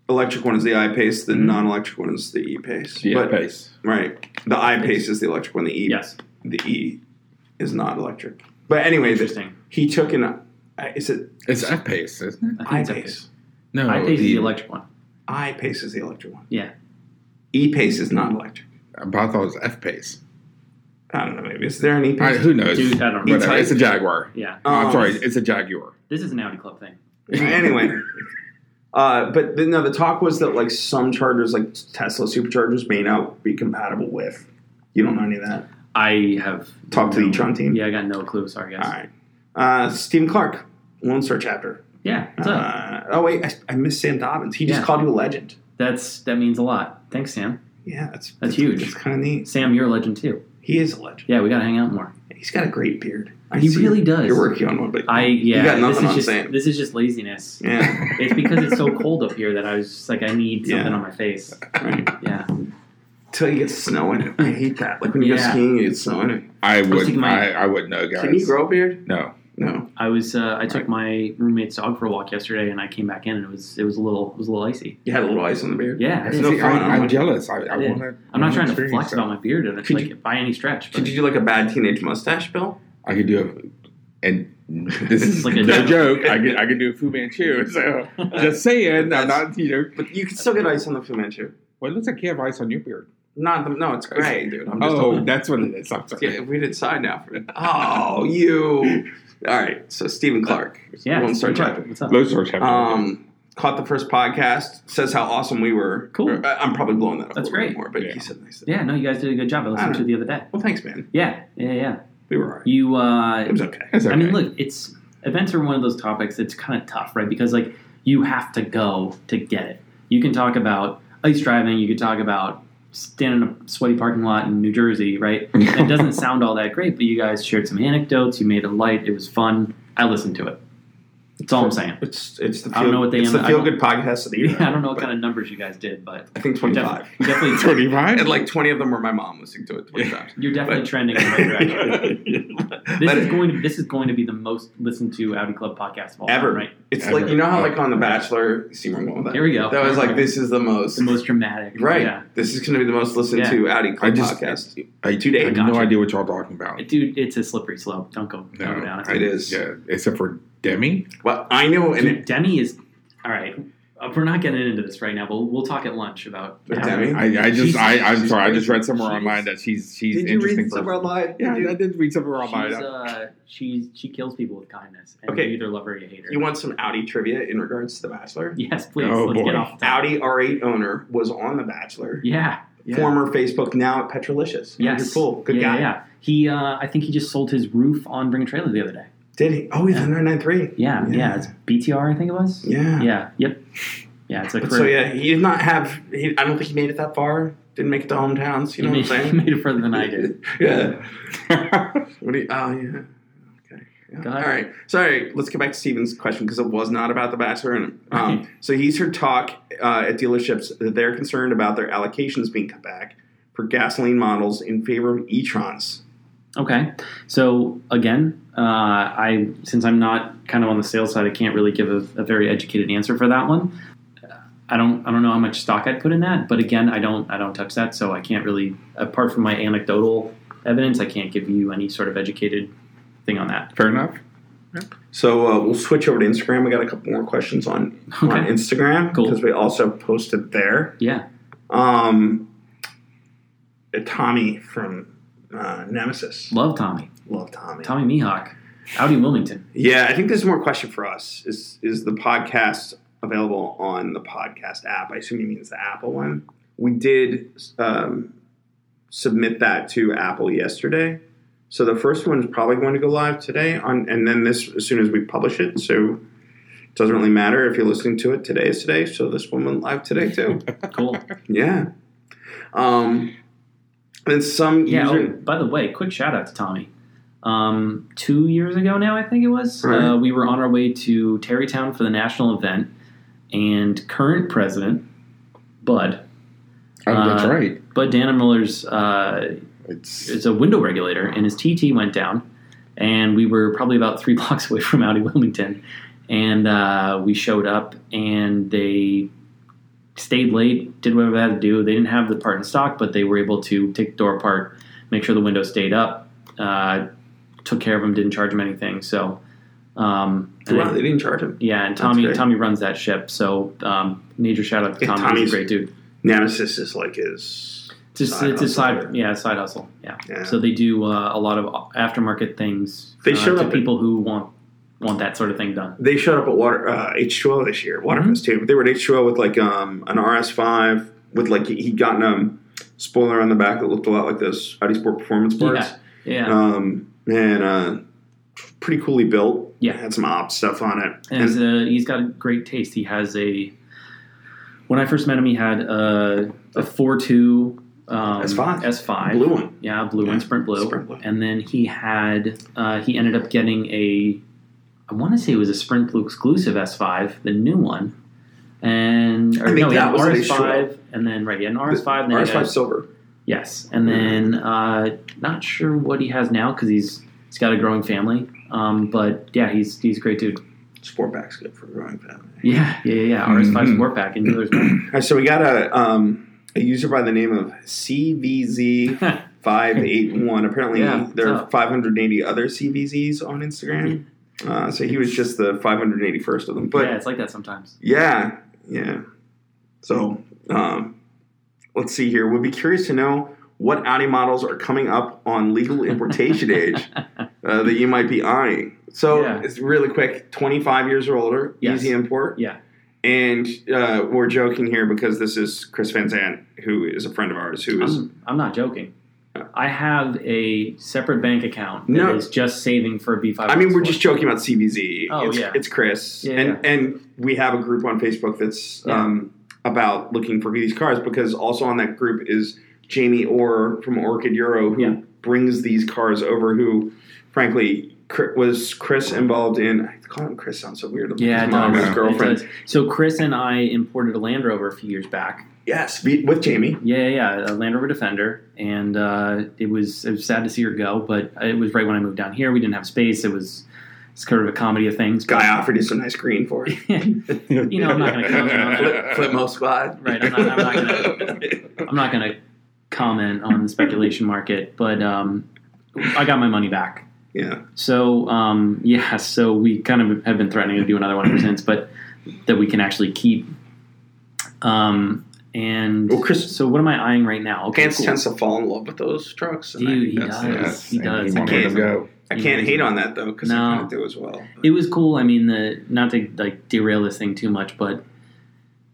Speaker 1: electric one is the I-Pace, the
Speaker 2: Mhm.
Speaker 1: non-electric one is the E-Pace.
Speaker 2: E
Speaker 3: Yeah,
Speaker 1: But-
Speaker 3: pace.
Speaker 1: right, the I-Pace is the electric one. The E,
Speaker 2: Yes,
Speaker 1: the E is not electric. But anyway, the,
Speaker 2: interesting.
Speaker 1: he took an uh, is it
Speaker 3: It's F pace, isn't it?
Speaker 2: I think it's
Speaker 1: I-Pace?
Speaker 3: No,
Speaker 2: I pace the electric one.
Speaker 1: I-Pace is the electric one.
Speaker 2: Yeah.
Speaker 1: E-Pace is not electric.
Speaker 3: But I thought it was F pace.
Speaker 1: I don't know. Maybe is there an E E-Pace?
Speaker 3: I- who knows?
Speaker 2: Dude, I don't know.
Speaker 1: E-Type.
Speaker 3: Whatever. It's a Jaguar.
Speaker 2: Yeah,
Speaker 3: Oh, I'm
Speaker 1: Um,
Speaker 3: sorry, it's a Jaguar.
Speaker 2: this is an Audi Club thing.
Speaker 1: anyway, uh, but the, no, the talk was that like some chargers, like Tesla superchargers, may not be compatible with. You don't know any of that.
Speaker 2: I have
Speaker 1: Talk to the e-tron team.
Speaker 2: Yeah, I got no clue. Sorry, guys.
Speaker 1: All right. Uh, Stephen Clark, Lone Star chapter.
Speaker 2: Yeah, what's up?
Speaker 1: Uh, oh wait, I, I missed Sam Dobbins. He just
Speaker 2: Yeah.
Speaker 1: called you a legend.
Speaker 2: That's that means a lot. Thanks, Sam.
Speaker 1: Yeah, that's
Speaker 2: That's huge.
Speaker 1: It's kind of neat.
Speaker 2: Sam, you're a legend too.
Speaker 1: He is a legend.
Speaker 2: Yeah, we gotta hang out more.
Speaker 1: He's got a great beard. I
Speaker 2: He
Speaker 1: see
Speaker 2: really does.
Speaker 1: You're working on one, but
Speaker 2: I yeah.
Speaker 1: You got nothing
Speaker 2: this is
Speaker 1: on
Speaker 2: just
Speaker 1: Sam.
Speaker 2: this is just laziness.
Speaker 1: yeah,
Speaker 2: It's because it's so cold up here that I was just like, I need something
Speaker 1: Yeah.
Speaker 2: on my face.
Speaker 1: right.
Speaker 2: Yeah,
Speaker 1: Till you get snow in it. I hate that. Like when you go
Speaker 2: Yeah.
Speaker 1: skiing, you get snow in it.
Speaker 3: I would,
Speaker 2: thinking
Speaker 3: I,
Speaker 2: my-
Speaker 3: I wouldn't know, guys.
Speaker 1: Can you grow a beard?
Speaker 3: No,
Speaker 1: No.
Speaker 2: I was. Uh, I took my roommate's dog for a walk yesterday, and I came back in, and it was it was a little it was a little icy.
Speaker 1: You had a little ice on the beard.
Speaker 2: Yeah,
Speaker 1: It's
Speaker 2: it's-
Speaker 1: no
Speaker 3: See,
Speaker 1: fun.
Speaker 3: I,
Speaker 1: I'm
Speaker 3: I'm
Speaker 1: like-
Speaker 3: jealous. I, I
Speaker 2: Yeah.
Speaker 3: want to.
Speaker 2: I'm not trying to flex about my beard and it's
Speaker 1: Could
Speaker 2: like by any stretch. But
Speaker 1: Could you do like a bad teenage mustache, Bill?
Speaker 3: I could do a, and this is
Speaker 2: Like
Speaker 3: like
Speaker 2: a
Speaker 3: a
Speaker 2: joke.
Speaker 3: no joke. I could, I could do a Fu Manchu. So just saying, I'm not, you know.
Speaker 1: But you can still get ice on the Fu Manchu.
Speaker 3: Well, it looks like you have ice on your beard.
Speaker 1: Not the, no, it's gray, dude. I'm just
Speaker 3: Oh,
Speaker 1: oh,
Speaker 3: that's what it is. I'm
Speaker 1: yeah,
Speaker 3: sorry.
Speaker 1: we did side now for Oh, you. All right, so Stephen Clark.
Speaker 2: yeah,
Speaker 1: Lone Star
Speaker 2: what's up?
Speaker 1: Chapter.
Speaker 2: What's up?
Speaker 3: Low source chapter.
Speaker 1: Um, caught the first podcast. Says how awesome we were.
Speaker 2: Cool.
Speaker 1: Or, I- I'm probably blowing that up.
Speaker 2: That's
Speaker 1: a little bit
Speaker 2: great.
Speaker 1: More, but
Speaker 3: Yeah.
Speaker 1: he said nice. things.
Speaker 2: Yeah, no, you guys did a good job. I listened to it the other day.
Speaker 1: Well, thanks, man.
Speaker 2: Yeah, yeah, yeah.
Speaker 1: We were. All right.
Speaker 2: You uh,
Speaker 1: It was okay.
Speaker 3: That's
Speaker 2: I mean,
Speaker 3: okay.
Speaker 2: look, it's events are one of those topics that's kind of tough, right? Because like you have to go to get it. You can talk about ice driving. You could talk about standing in a sweaty parking lot in New Jersey, right? it doesn't sound all that great, but you guys shared some anecdotes. You made it light. It was fun. I listened to it. That's all I'm saying.
Speaker 1: It's it's the
Speaker 2: I don't know what they
Speaker 1: it's
Speaker 2: am-
Speaker 1: the
Speaker 2: I
Speaker 1: feel
Speaker 2: don't-
Speaker 1: good podcast of the year.
Speaker 2: Yeah, I don't know what kind of numbers you guys did, but
Speaker 1: I think twenty five.
Speaker 2: definitely, definitely
Speaker 3: Twenty five.
Speaker 1: and like twenty of them were my mom listening to it twenty times.
Speaker 2: you're definitely
Speaker 1: But-
Speaker 2: trending in the right direction. This
Speaker 1: But
Speaker 2: is going to this is going to be the most listened to Audi Club podcast of all
Speaker 1: Ever.
Speaker 2: time, right?
Speaker 1: It's
Speaker 3: Ever.
Speaker 1: like you know how like on The Bachelor, see where I'm going with that.
Speaker 2: Here we go.
Speaker 1: That was like this is the most
Speaker 2: the most dramatic,
Speaker 1: right.
Speaker 2: Yeah,
Speaker 1: This is going to be the most listened
Speaker 2: Yeah.
Speaker 1: to Audi
Speaker 3: I
Speaker 1: Club
Speaker 3: just
Speaker 1: podcast.
Speaker 3: I,
Speaker 1: To date.
Speaker 3: I have
Speaker 2: Gotcha.
Speaker 3: no idea what y'all talking about.
Speaker 2: dude, it's a slippery slope. Don't go,
Speaker 3: No,
Speaker 2: don't go down.
Speaker 3: I-
Speaker 1: It is.
Speaker 3: Yeah, except for Demi.
Speaker 1: Well, I know, and
Speaker 2: Dude,
Speaker 1: it,
Speaker 2: Demi is all right. uh, We're not getting into this right now, but we'll, we'll talk at lunch about
Speaker 1: With
Speaker 2: how-
Speaker 1: Demi?
Speaker 3: I, I just
Speaker 2: She's-
Speaker 3: I, I'm
Speaker 1: she's
Speaker 3: sorry. I just read
Speaker 1: crazy.
Speaker 3: somewhere
Speaker 1: She's-
Speaker 3: online that she's she's
Speaker 1: did you
Speaker 3: interesting.
Speaker 1: read
Speaker 3: for-
Speaker 1: somewhere online?
Speaker 3: Yeah,
Speaker 1: Did you-
Speaker 3: I did read somewhere
Speaker 2: She's,
Speaker 3: online.
Speaker 2: uh, she's she kills people with kindness, and
Speaker 1: Okay.
Speaker 2: you either love her or you hate her.
Speaker 1: you want some Audi trivia in regards to The Bachelor?
Speaker 2: yes, please.
Speaker 3: Oh,
Speaker 2: let's get
Speaker 3: boy.
Speaker 2: off. the
Speaker 1: Audi
Speaker 2: topic.
Speaker 1: R8 owner was on The Bachelor.
Speaker 2: Yeah. yeah.
Speaker 1: Former Facebook, now at Petrolicious.
Speaker 2: Yes.
Speaker 1: Andrew Poole, good
Speaker 2: yeah,
Speaker 1: guy.
Speaker 2: Yeah. yeah. He, uh, I think he just sold his roof on Bring a Trailer the other day.
Speaker 1: Did he? Oh, he's
Speaker 2: Yeah.
Speaker 1: in 993.
Speaker 2: Yeah.
Speaker 1: Yeah.
Speaker 2: Yeah. it's BTR, I think it was.
Speaker 1: Yeah.
Speaker 2: Yeah. Yep. Yeah. It's a
Speaker 1: But
Speaker 2: career.
Speaker 1: so yeah, he did not have. He, I don't think he made it that far. Didn't make it to hometowns. You know
Speaker 2: made,
Speaker 1: what I'm
Speaker 2: he
Speaker 1: saying?
Speaker 2: made it further than I did.
Speaker 1: yeah.
Speaker 3: I
Speaker 1: What do you? Oh yeah. Okay. Yeah.
Speaker 2: Go
Speaker 1: All
Speaker 2: ahead.
Speaker 1: right. Sorry. Let's get back to Steven's question because it was not about the Bachelor. And, um, so he's heard talk uh, at dealerships that they're concerned about their allocations being cut back for gasoline models in favor of e-trons.
Speaker 2: Okay. So again, uh, I since I'm not kind of on the sales side, I can't really give a, a very educated answer for that one. I don't I don't know how much stock I'd put in that, but again, I don't I don't touch that, so I can't really apart from my anecdotal evidence, I can't give you any sort of educated thing on that.
Speaker 3: Fair enough.
Speaker 1: So uh, we'll switch over to Instagram. We got a couple more questions on on
Speaker 2: Okay.
Speaker 1: Instagram
Speaker 2: Cool.
Speaker 1: because we also posted there.
Speaker 2: Yeah.
Speaker 1: Um, Tommy from uh, Nemesis.
Speaker 2: Love Tommy.
Speaker 1: Love Tommy.
Speaker 2: Tommy Mihawk. Audi Wilmington.
Speaker 1: Yeah, I think there's more question for us. Is is the podcast available on the podcast app? I assume he means the Apple one. We did um, submit that to Apple yesterday. So the first one is probably going to go live today on and then this as soon as we publish it. So it doesn't really matter if you're listening to it today is today. So this one went live today too.
Speaker 2: Cool.
Speaker 1: yeah. Um and some
Speaker 2: Yeah. Oh,
Speaker 1: user
Speaker 2: by the way, quick shout out to Tommy. Um, two years ago now, I think it was,
Speaker 1: Right.
Speaker 2: uh, we were on our way to Terrytown for the national event, and current president Bud
Speaker 3: Oh, that's
Speaker 2: Uh,
Speaker 3: right.
Speaker 2: Bud Dannemiller's uh,
Speaker 3: It's
Speaker 2: is a window regulator, and his TT went down, and we were probably about three blocks away from Audi Wilmington, and uh, we showed up, and they stayed late, did whatever they had to do. They didn't have the part in stock, but they were able to take the door apart, make sure the window stayed up, uh, took care of them, didn't charge them anything. So, um, and
Speaker 1: wow,
Speaker 2: I-
Speaker 1: they didn't charge him.
Speaker 2: yeah, and
Speaker 1: That's
Speaker 2: Tommy
Speaker 1: great.
Speaker 2: Tommy runs that ship. So, um, major shout out to
Speaker 1: Yeah,
Speaker 2: Tommy.
Speaker 1: Tommy's-
Speaker 2: He's a great dude.
Speaker 1: Nemesis is like his
Speaker 2: Just
Speaker 1: side
Speaker 2: it's a
Speaker 1: hustle.
Speaker 2: side yeah side hustle yeah.
Speaker 1: yeah.
Speaker 2: So they do uh, a lot of aftermarket things.
Speaker 1: They
Speaker 2: uh,
Speaker 1: showed
Speaker 2: to
Speaker 1: up-
Speaker 2: people who want want that sort of thing done.
Speaker 1: They showed up at Water uh, H2O this year,
Speaker 2: Mm-hmm.
Speaker 1: Waterfest too. But they were at H2O with like um, an RS5 with like he'd gotten a spoiler on the back that looked a lot like those Audi Sport Performance parts.
Speaker 2: Yeah,
Speaker 1: Um, and uh, pretty coolly built.
Speaker 2: Yeah.
Speaker 1: had some op stuff on it.
Speaker 2: and he's, uh, he's got great taste. He has a. When I first met him, he had a a four two um,
Speaker 1: S5.
Speaker 2: S five
Speaker 1: blue one,
Speaker 2: Yeah, blue
Speaker 1: Yeah,
Speaker 2: one, Sprint blue.
Speaker 1: Sprint blue.
Speaker 2: And then he had uh, he ended up getting a I want to say it was a Sprint blue exclusive S5, the new one. And or
Speaker 1: I think
Speaker 2: no, he had
Speaker 1: that was an
Speaker 2: an RS5, and then right, he had an RS5, and then he
Speaker 1: RS5
Speaker 2: had-
Speaker 1: silver.
Speaker 2: yes, and then uh, not sure what he has now because he's he's got a growing family. Um, but yeah, he's he's a great dude.
Speaker 1: Sportback's good for growing family.
Speaker 2: Yeah, yeah, yeah. yeah.
Speaker 3: Mhm.
Speaker 2: RS5 Sport Pack and dealers. Mark.
Speaker 1: All right, so we got a um, a user by the name of CVZ five eight one. Apparently,
Speaker 2: Yeah,
Speaker 1: there
Speaker 2: what's
Speaker 1: are
Speaker 2: up?
Speaker 1: five hundred eighty other CVZs on Instagram.
Speaker 2: Mm-hmm.
Speaker 1: Uh, so he was just the five hundred eighty first of them.
Speaker 2: yeah,
Speaker 1: But
Speaker 2: it's like that sometimes.
Speaker 1: yeah, yeah. So um, let's see here. We'd be curious to know what Audi models are coming up on legal importation age uh, that you might be eyeing. So
Speaker 2: Yeah.
Speaker 1: it's really quick. Twenty five years or older,
Speaker 2: Yes.
Speaker 1: easy import.
Speaker 2: Yeah.
Speaker 1: And uh, we're joking here because this is Chris Van Zandt, who is a friend of ours, who is
Speaker 2: I'm, I'm not joking. I have a separate bank account that is
Speaker 1: No.
Speaker 2: just saving for a B five.
Speaker 1: I mean, we're just joking about CBZ.
Speaker 2: Oh,
Speaker 1: it's,
Speaker 2: yeah.
Speaker 1: it's Chris,
Speaker 2: Yeah,
Speaker 1: and and we have a group on Facebook that's
Speaker 2: Yeah.
Speaker 1: um, about looking for these cars because also on that group is Jamie Orr from Orchid Euro who
Speaker 2: Yeah.
Speaker 1: brings these cars over. Who, frankly, Chri- was Chris involved in? I call him Chris sounds so weird.
Speaker 2: Yeah,
Speaker 1: his
Speaker 2: it
Speaker 1: mom,
Speaker 2: does.
Speaker 1: his
Speaker 3: It
Speaker 1: girlfriend.
Speaker 2: It does. So Chris and I imported a Land Rover a few years back.
Speaker 1: Yes, be- with Jamie.
Speaker 2: Yeah, yeah, yeah, a Land Rover Defender, and uh, it was it was sad to see her go, but it was right when I moved down here. We didn't have space. It was it's kind of a comedy of things.
Speaker 1: This guy offered you some nice green for it.
Speaker 2: you know, I'm not going to comment on it.
Speaker 1: Flip, flip most spot.
Speaker 2: Right, I'm not, I'm not going to I'm not going to comment on the speculation market, but um, I got my money back.
Speaker 1: yeah,
Speaker 2: So um, yeah, so we kind of have been threatening to do another one ever since, but that we can actually keep. Um, and
Speaker 1: Well, Chris-
Speaker 2: so what am I eyeing right now? Okay,
Speaker 1: Gans
Speaker 2: cool.
Speaker 1: tends to fall in love with those trucks. and I
Speaker 2: Dude,
Speaker 1: think
Speaker 2: he
Speaker 1: that's-
Speaker 2: does.
Speaker 3: Yes,
Speaker 2: He
Speaker 3: and
Speaker 2: does.
Speaker 3: He wanted
Speaker 1: Okay.
Speaker 3: to go.
Speaker 1: I can't hate on that though because
Speaker 2: No.
Speaker 1: I kind of do as well.
Speaker 2: It was cool. I mean, the not to like derail this thing too much, but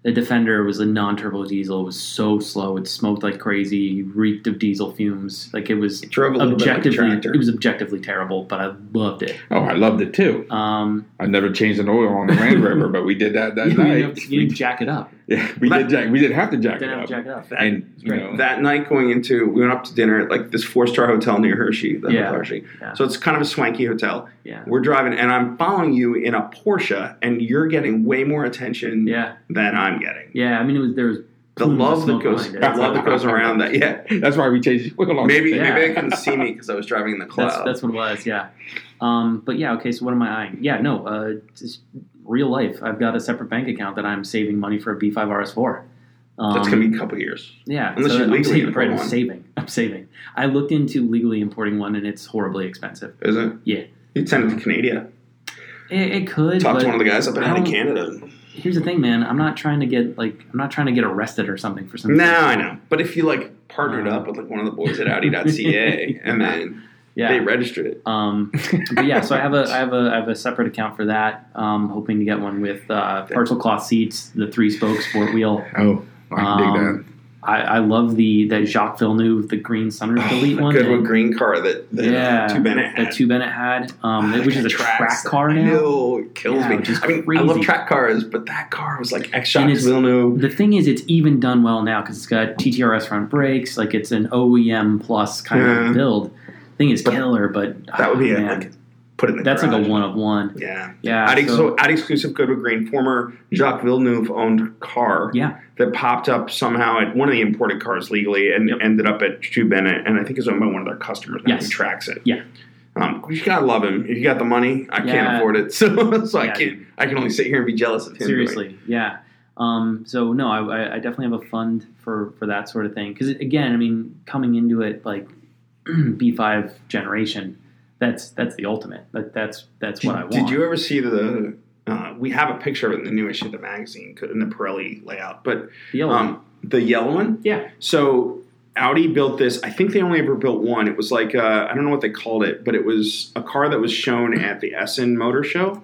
Speaker 2: the Defender was a non-turbo diesel. It was so slow. It smoked like crazy. Reeked of diesel fumes. Like it was
Speaker 1: It drove a little bit
Speaker 2: objectively,
Speaker 1: like a
Speaker 2: it
Speaker 1: tractor.
Speaker 2: was objectively terrible, but I loved it.
Speaker 3: Oh, I loved it too.
Speaker 2: Um,
Speaker 3: I never changed an oil on the Land Rover, but we did that that
Speaker 2: you,
Speaker 3: night.
Speaker 2: didn't, have- you didn't jack it up.
Speaker 3: yeah, we
Speaker 1: But-
Speaker 3: did jack. We did have to jack
Speaker 2: Didn't
Speaker 3: it
Speaker 2: have
Speaker 3: up.
Speaker 2: to jack it up.
Speaker 1: That-
Speaker 3: and you know,
Speaker 1: that night going into we went up to dinner at like this four star hotel near Hershey, the
Speaker 2: Yeah.
Speaker 1: hotel Hershey.
Speaker 2: Yeah.
Speaker 1: So it's kind of a swanky hotel.
Speaker 2: Yeah.
Speaker 1: We're driving and I'm following you in a Porsche and you're getting way more attention
Speaker 2: Yeah, Hmm,
Speaker 1: than I'm getting.
Speaker 2: yeah. I mean, it was there was
Speaker 1: The
Speaker 2: plumes of
Speaker 1: love that
Speaker 2: smoke
Speaker 1: goes
Speaker 2: behind
Speaker 1: the
Speaker 2: it.
Speaker 1: love that goes around that. Yeah.
Speaker 3: that's why we changed the oil on.
Speaker 1: Maybe
Speaker 2: Oh, Yeah.
Speaker 1: maybe they couldn't see me because I was driving in the cloud.
Speaker 2: That's, that's what it was, yeah. Um, but yeah, okay. So what am I eyeing? Yeah, no, uh, just real life. I've got a separate bank account that I'm saving money for a B5 RS4. Um,
Speaker 1: That's gonna be a couple years.
Speaker 2: yeah.
Speaker 1: unless
Speaker 2: so
Speaker 1: you
Speaker 2: I'm
Speaker 1: legally
Speaker 2: saving,
Speaker 1: import
Speaker 2: right, I'm
Speaker 1: one.
Speaker 2: saving. I'm saving. I looked into legally importing one, and it's horribly expensive.
Speaker 1: Is it?
Speaker 2: Yeah.
Speaker 1: You send it to Canada.
Speaker 2: It, it could.
Speaker 1: Talk
Speaker 2: but
Speaker 1: to one of the guys up in
Speaker 2: I don't-
Speaker 1: Canada.
Speaker 2: here's the thing, man. I'm not trying to get like I'm not trying to get arrested or something for something.
Speaker 1: No, I know. But if you like partnered
Speaker 2: Uh,
Speaker 1: up with like one of the boys at Audi.ca and then
Speaker 2: Yeah.
Speaker 1: they registered it.
Speaker 2: Um, but yeah, so I have a I have a I have a separate account for that. Um, hoping to get one with uh, parcel cloth seats, the three spoke sport wheel.
Speaker 3: Oh, I can
Speaker 2: Um, I, I love the that Jacques Villeneuve the green sunroof
Speaker 1: Oh,
Speaker 2: delete
Speaker 1: the
Speaker 2: one.
Speaker 1: Good
Speaker 2: that-
Speaker 1: one green car that the
Speaker 2: Yeah,
Speaker 1: two Bennett
Speaker 2: that
Speaker 1: had.
Speaker 2: Two Bennett had, um,
Speaker 1: Ah,
Speaker 2: which is
Speaker 1: that
Speaker 2: a
Speaker 1: tracks
Speaker 2: track
Speaker 1: that.
Speaker 2: car
Speaker 1: I
Speaker 2: now.
Speaker 1: know, it kills
Speaker 2: Yeah,
Speaker 1: me.
Speaker 2: which is
Speaker 1: I mean, I
Speaker 2: crazy.
Speaker 1: love track cars, but that car was like X
Speaker 2: And
Speaker 1: Shocks
Speaker 2: it's-
Speaker 1: Villeneuve.
Speaker 2: The thing is, it's even done well now because it's got TTRS front brakes. Like it's an OEM plus kind
Speaker 1: Yeah.
Speaker 2: of build. Thing is
Speaker 1: But
Speaker 2: killer, but
Speaker 1: That would be
Speaker 2: ah,
Speaker 1: it.
Speaker 2: man,
Speaker 1: Like, put it in the
Speaker 2: that's like a
Speaker 1: garage.
Speaker 2: one of one.
Speaker 1: Yeah.
Speaker 2: Yeah,
Speaker 1: Audi,
Speaker 2: so-
Speaker 1: so, Audi exclusive Goodwood Green, former Jacques Villeneuve owned car
Speaker 2: yeah,
Speaker 1: that popped up somehow at one of the imported cars legally and
Speaker 2: Yep.
Speaker 1: ended up at Chu Bennett, and I think is owned by one of their customers now
Speaker 2: Yes.
Speaker 1: who tracks it.
Speaker 2: Yeah.
Speaker 1: Um, you gotta love him. If you got the money, I can't
Speaker 2: Yeah.
Speaker 1: afford it, so so I
Speaker 2: Yeah.
Speaker 1: can't. I can only sit here and be jealous of him. doing it.
Speaker 2: seriously yeah um, so no I, I- I definitely have a fund for for that sort of thing because again i mean coming into it like b5 generation that's that's the ultimate like that's that's
Speaker 1: Did,
Speaker 2: what i want
Speaker 1: did you ever see the? Uh, we have a picture of it in the new issue of the magazine in the Pirelli layout, but
Speaker 2: the yellow one.
Speaker 1: um, the yellow one.
Speaker 2: yeah
Speaker 1: So Audi built this. I think they only ever built one. It was like uh, I don't know what they called it, but it was a car that was shown at the Essen Motor Show,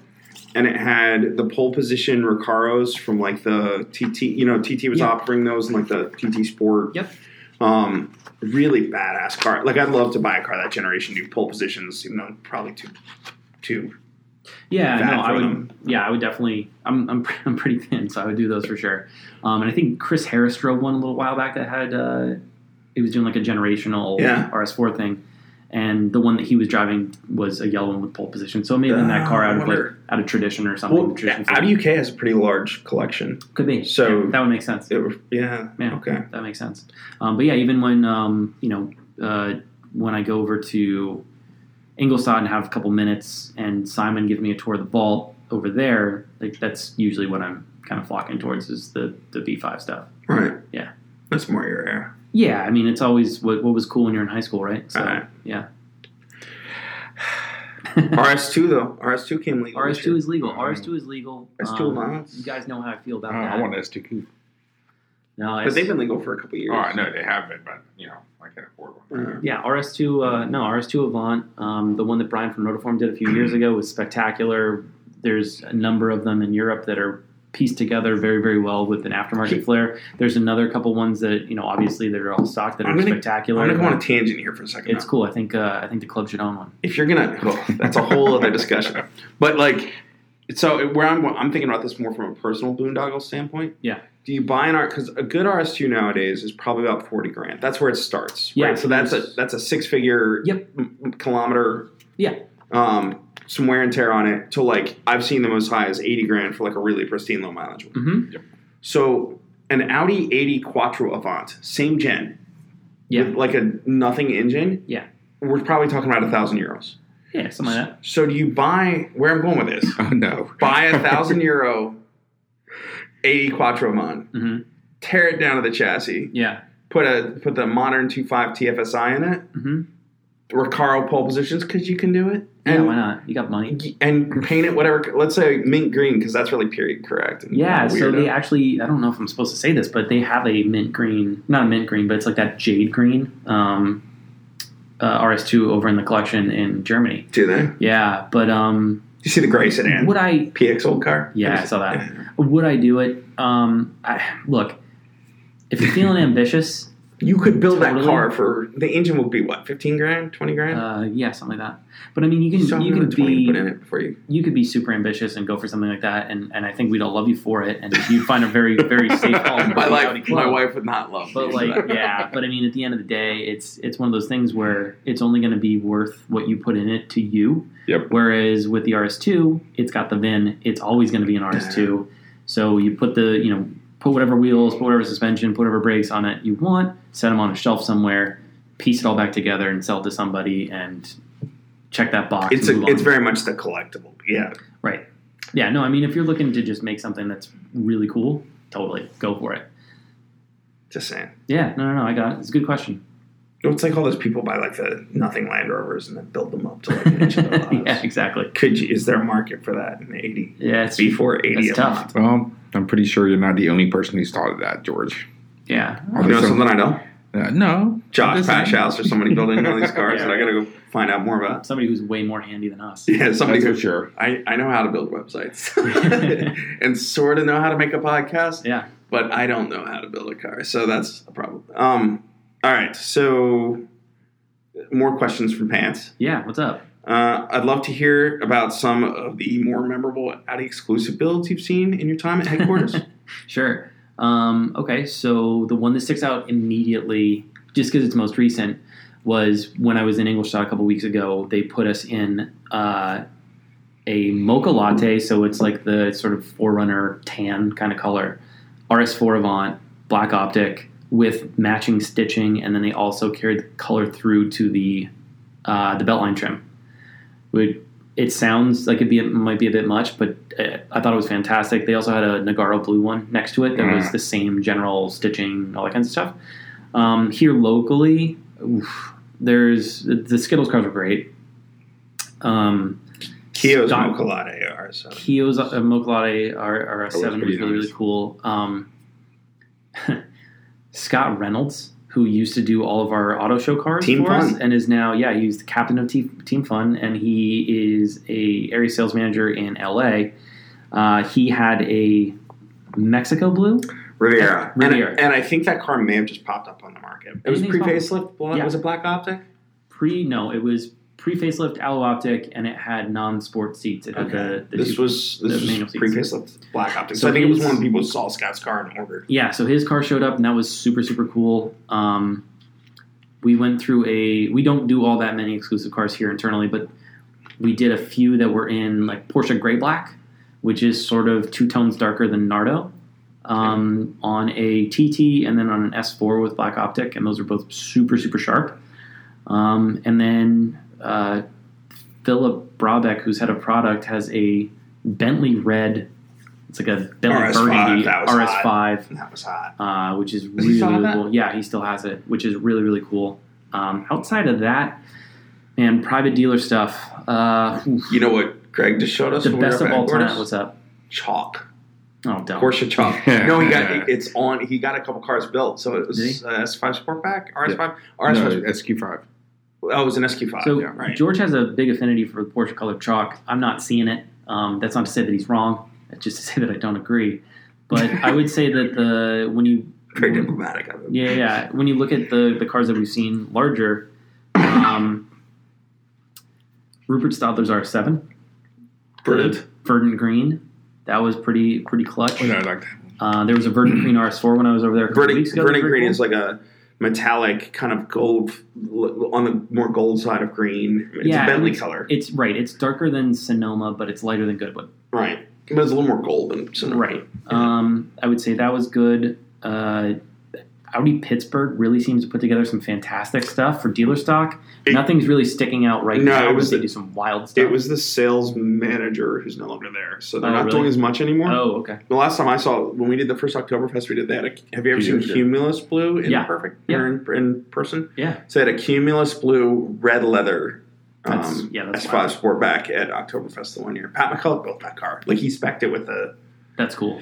Speaker 1: and it had the pole position Recaros from like the TT. You know, TT was
Speaker 2: Yeah.
Speaker 1: offering those in like the TT Sport.
Speaker 2: Yep.
Speaker 1: Um, really badass car. Like I'd love to buy a car that generation do pole positions, even though probably too too
Speaker 2: yeah
Speaker 1: bad
Speaker 2: no
Speaker 1: for
Speaker 2: i would
Speaker 1: them.
Speaker 2: yeah i would definitely i'm i'm, pre- I'm pretty thin so i would do those for sure um, and i think chris harris drove one a little while back that had uh, he was doing like a generational
Speaker 1: Yeah.
Speaker 2: rs4 thing and the one that he was driving was a yellow one with pole position, so maybe in that car
Speaker 1: Ah, I
Speaker 2: out of like
Speaker 1: wonder.
Speaker 2: out of tradition or something.
Speaker 1: Well,
Speaker 2: tradition for-
Speaker 1: Audi UK has a pretty large collection.
Speaker 2: Could be.
Speaker 1: So-
Speaker 2: Yeah, that would make sense.
Speaker 1: It, was- yeah.
Speaker 2: Yeah.
Speaker 1: Okay.
Speaker 2: That makes sense. Um, but yeah, even when um, you know uh, when I go over to Ingolstadt and have a couple minutes, and Simon gives me a tour of the vault over there, like that's usually what I'm kind of flocking towards is the the B5 stuff.
Speaker 1: Right.
Speaker 2: Yeah.
Speaker 1: That's more your area.
Speaker 2: Yeah, I mean it's always what, what was cool when you're in high school, right? So
Speaker 1: Right.
Speaker 2: yeah,
Speaker 1: RS2 though. RS2 came late.
Speaker 2: RS2 is legal. RS2 is legal.
Speaker 1: RS2
Speaker 2: Um,
Speaker 1: allowance.
Speaker 2: you guys know how I feel
Speaker 3: I
Speaker 2: about that.
Speaker 3: don't know, Oh, Uh-huh, I want an S2 coupe.
Speaker 2: no,
Speaker 1: but
Speaker 2: it's-
Speaker 1: they've been legal for a couple years.
Speaker 3: Oh, I know they have it, but you know, I can't afford one.
Speaker 1: Uh,
Speaker 2: Yeah, RS2, uh, no, RS2 Avant, um, the one that Brian from Notiform did a few years ago was spectacular. There's a number of them in Europe that are pieced together very, very well with an aftermarket flair. There's another couple ones that, you know, obviously they're all stock that are
Speaker 1: I'm gonna- I'm
Speaker 2: spectacular.
Speaker 1: gonna go on a tangent here for a second.
Speaker 2: it's cool. I think uh, I think the club should own one.
Speaker 1: if you're gonna, well, that's a whole other discussion. But like, so where I'm going, I'm thinking about this more from a personal boondoggle standpoint.
Speaker 2: Yeah.
Speaker 1: Do you buy an R? Because a good RS2 nowadays is probably about forty grand. That's where it starts.
Speaker 2: Yeah,
Speaker 1: Right? So that's a
Speaker 2: it's-
Speaker 1: that's a six figure
Speaker 2: Yep.
Speaker 1: m- m- kilometer.
Speaker 2: Yeah.
Speaker 1: um, some wear and tear on it to like I've seen them as high as eighty grand for like a really pristine low mileage one.
Speaker 2: Mm-hmm.
Speaker 1: So an Audi eighty Quattro Avant, same gen,
Speaker 2: Yeah.
Speaker 1: with like a nothing engine.
Speaker 2: Yeah.
Speaker 1: We're probably talking about a thousand euros.
Speaker 2: Yeah, something like that.
Speaker 1: So do you buy where I'm going with this?
Speaker 3: Oh no.
Speaker 1: buy a thousand euro eighty Quattro Mon,
Speaker 2: Mhm.
Speaker 1: tear it down to the chassis,
Speaker 2: Yeah.
Speaker 1: put a put the modern 2.5 TFSI in it,
Speaker 2: Mm-hmm.
Speaker 1: Recaro pole positions because you can do it,
Speaker 2: Yeah,
Speaker 1: and
Speaker 2: why not? You got money.
Speaker 1: and paint it whatever. Let's say mint green because that's really period correct. and
Speaker 2: Yeah, so
Speaker 1: weirdo.
Speaker 2: they actually, I don't know if I'm supposed to say this, but they have a mint green, not a mint green, but it's like that jade green um, uh, RS2 over in the collection in Germany.
Speaker 1: do they?
Speaker 2: Yeah, but um,
Speaker 1: You see the gray sedan,
Speaker 2: would I,
Speaker 1: PX old car.
Speaker 2: yeah, I saw that. Would I do it? Um, I, look, if you're feeling ambitious,
Speaker 1: You could build that
Speaker 2: Totally.
Speaker 1: car for the engine would be what fifteen grand, twenty grand.
Speaker 2: uh, yeah, something like that. But I mean, you can,
Speaker 1: Still have
Speaker 2: you can
Speaker 1: another 20 to
Speaker 2: be,
Speaker 1: put in it before you.
Speaker 2: you could be super ambitious and go for something like that, and, and I think we'd all love you for it, and you'd find a very very safe home. for
Speaker 1: My
Speaker 2: the Audi
Speaker 1: life, my
Speaker 2: club.
Speaker 1: wife would not love.
Speaker 2: But
Speaker 1: me for
Speaker 2: like,
Speaker 1: that.
Speaker 2: yeah. But I mean, at the end of the day, it's it's one of those things where it's only going to be worth what you put in it to you.
Speaker 3: Yep.
Speaker 2: Whereas with the RS2, it's got the VIN. It's always going to be an RS2. So you put the you know put whatever wheels, put whatever suspension, put whatever brakes on it you want. Set them on a shelf somewhere. Piece it all back together and sell it to somebody and check that box.
Speaker 1: it's
Speaker 2: and
Speaker 1: a,
Speaker 2: move on.
Speaker 1: it's very much the collectible. Yeah,
Speaker 2: right. Yeah. No, I mean, if you're looking to just make something that's really cool, totally go for it.
Speaker 1: Just saying.
Speaker 2: Yeah. No, no, no. I got it. It's a good question.
Speaker 1: It's like all those people buy like the nothing Land Rovers and then build them up to like an inch of their lives.
Speaker 2: yeah, exactly.
Speaker 1: Could you, is there a market for that in eighty
Speaker 2: Yeah, it's
Speaker 1: before eighty?
Speaker 2: that's tough.
Speaker 3: Well, I'm pretty sure you're not the only person who's thought of that, George.
Speaker 2: Yeah,
Speaker 1: You know something I know?
Speaker 3: Uh, no.
Speaker 1: Josh
Speaker 3: Listen.
Speaker 1: Pashouse or somebody building one of these cars
Speaker 2: Yeah.
Speaker 1: that I got to go find out more about.
Speaker 2: somebody who's way more handy than us.
Speaker 1: Yeah, somebody.
Speaker 3: That's for
Speaker 1: Who,
Speaker 3: sure.
Speaker 1: I I know how to build websites and sort of know how to make a podcast,
Speaker 2: Yeah,
Speaker 1: but I don't know how to build a car, so that's a problem. Um, all right, so more questions from Pants.
Speaker 2: yeah. What's up?
Speaker 1: Uh, I'd love to hear about some of the more memorable Audi exclusive builds you've seen in your time at headquarters.
Speaker 2: Sure. Um, okay, so the one that sticks out immediately, just because it's most recent, was when I was in Ingolstadt a couple weeks ago. They put us in uh, a mocha latte, so it's like the sort of forerunner tan kind of color, RS4 Avant, black optic with matching stitching, and then they also carried the color through to the uh, the beltline trim. Would it sounds like it'd be, it might be a bit much, but uh, I thought it was fantastic. They also had a Nagaro blue one next to it that was
Speaker 3: Mm.
Speaker 2: the same general stitching, all that kinds of stuff. Um, here locally, oof, there's the Skittles cars are great. Um,
Speaker 1: Kyo's
Speaker 2: Stop.
Speaker 1: Mocha Latte are so.
Speaker 2: Kyo's uh, Mokolade R-
Speaker 3: That was
Speaker 2: RS7 was
Speaker 3: pretty
Speaker 2: really, really
Speaker 3: nice.
Speaker 2: cool. Um, Scott Reynolds, who used to do all of our auto show cars
Speaker 1: Team
Speaker 2: for us,
Speaker 1: Fun.
Speaker 2: and is now, yeah, he's the captain of Team, Team Fun, and he is a area sales manager in LA. Uh, he had a Mexico blue.
Speaker 1: Riviera. And I-
Speaker 2: Riviera.
Speaker 1: And, I, think that car may have just popped up on the market. It was pre
Speaker 2: Anything's
Speaker 1: facelift. Well,
Speaker 2: Yeah.
Speaker 1: Was it black optic?
Speaker 2: Pre, no, it was pre facelift aloe optic, and it had non sport seats. It had the, the
Speaker 1: this
Speaker 2: two-
Speaker 1: was
Speaker 2: the
Speaker 1: this
Speaker 2: manual
Speaker 1: was
Speaker 2: seats.
Speaker 1: pre facelift black optic. So,
Speaker 2: So
Speaker 1: I think it was
Speaker 2: his-
Speaker 1: one of the people who saw Scott's car and ordered.
Speaker 2: yeah, so his car showed up, and that was super super cool. Um, we went through a we don't do all that many exclusive cars here internally, but we did a few that were in like Porsche Grey Black, which is sort of two tones darker than Nardo, um, on a TT and then on an S4 with black optic, and those are both super super sharp. Um, and then uh, Philip Brabeck, who's head of product, has a Bentley red. It's like a Bentley
Speaker 1: RS5,
Speaker 2: burgundy
Speaker 1: that was hot.
Speaker 2: RS5
Speaker 1: And that was hot.
Speaker 2: uh, which is
Speaker 1: he
Speaker 2: really,
Speaker 1: still have
Speaker 2: really
Speaker 1: that?
Speaker 2: cool. Yeah, he still has it, which is really, really cool. Um, outside of that, man, private dealer stuff. Uh, oof,
Speaker 1: You know what Greg just showed us?
Speaker 2: the
Speaker 1: when we were
Speaker 2: best
Speaker 1: up
Speaker 2: of
Speaker 1: at
Speaker 2: all
Speaker 1: headquarters?
Speaker 2: time. What's up?
Speaker 1: Chalk.
Speaker 2: Oh, dumb.
Speaker 1: Porsche Chalk. no, he got it's on. He got a couple cars built. So it
Speaker 2: Did
Speaker 1: was uh, S5 Sportback, RS5,
Speaker 3: no,
Speaker 1: RS5.
Speaker 3: SQ5.
Speaker 1: Oh, it was an SQ5.
Speaker 2: So
Speaker 1: yeah, right.
Speaker 2: George has a big affinity for Porsche colored chalk. I'm not seeing it. Um, that's not to say that he's wrong. That's just to say that I don't agree. But I would say that the when you
Speaker 1: Very diplomatic of him.
Speaker 2: yeah yeah when you look at the the cars that we've seen larger, um, Rupert Stadler's R7.
Speaker 1: Brilliant.
Speaker 2: verdant green. That was pretty pretty clutch.
Speaker 3: Oh, no, I like that.
Speaker 2: Uh, there was a verdant green RS4 when I was over there. A couple
Speaker 1: Verdant,
Speaker 2: weeks ago.
Speaker 1: verdant
Speaker 2: Very
Speaker 1: green
Speaker 2: cool.
Speaker 1: is like a metallic kind of gold on the more gold side of green. It's
Speaker 2: Yeah,
Speaker 1: a
Speaker 2: and
Speaker 1: Bentley color,
Speaker 2: It's right. It's darker than Sonoma, but it's lighter than Goodwood.
Speaker 1: right? But it's a little more gold than Sonoma.
Speaker 2: Right. Um, I would say that was good. Uh, Audi Pittsburgh really seems to put together some fantastic stuff for dealer stock.
Speaker 1: It-
Speaker 2: Nothing's really sticking out right
Speaker 1: No,
Speaker 2: now.
Speaker 1: it was
Speaker 2: but they
Speaker 1: the-
Speaker 2: do some wild stuff.
Speaker 1: It was the sales manager who's no longer there, so they're
Speaker 2: Oh,
Speaker 1: not
Speaker 2: really?
Speaker 1: doing as much anymore.
Speaker 2: oh, okay.
Speaker 1: The last time I saw when we did the first Oktoberfest, we did that. Have you ever seen
Speaker 3: Huge, yeah.
Speaker 1: Cumulus Blue in
Speaker 2: Yeah.
Speaker 1: perfect
Speaker 2: Yeah.
Speaker 1: or in, in person?
Speaker 2: Yeah.
Speaker 1: So they had a Cumulus Blue red leather.
Speaker 2: That's-
Speaker 1: um,
Speaker 2: yeah, that's
Speaker 1: S5 Sportback at Oktoberfest the one year. Pat McCullough built that car. Like he spec'd it with a
Speaker 2: That's cool.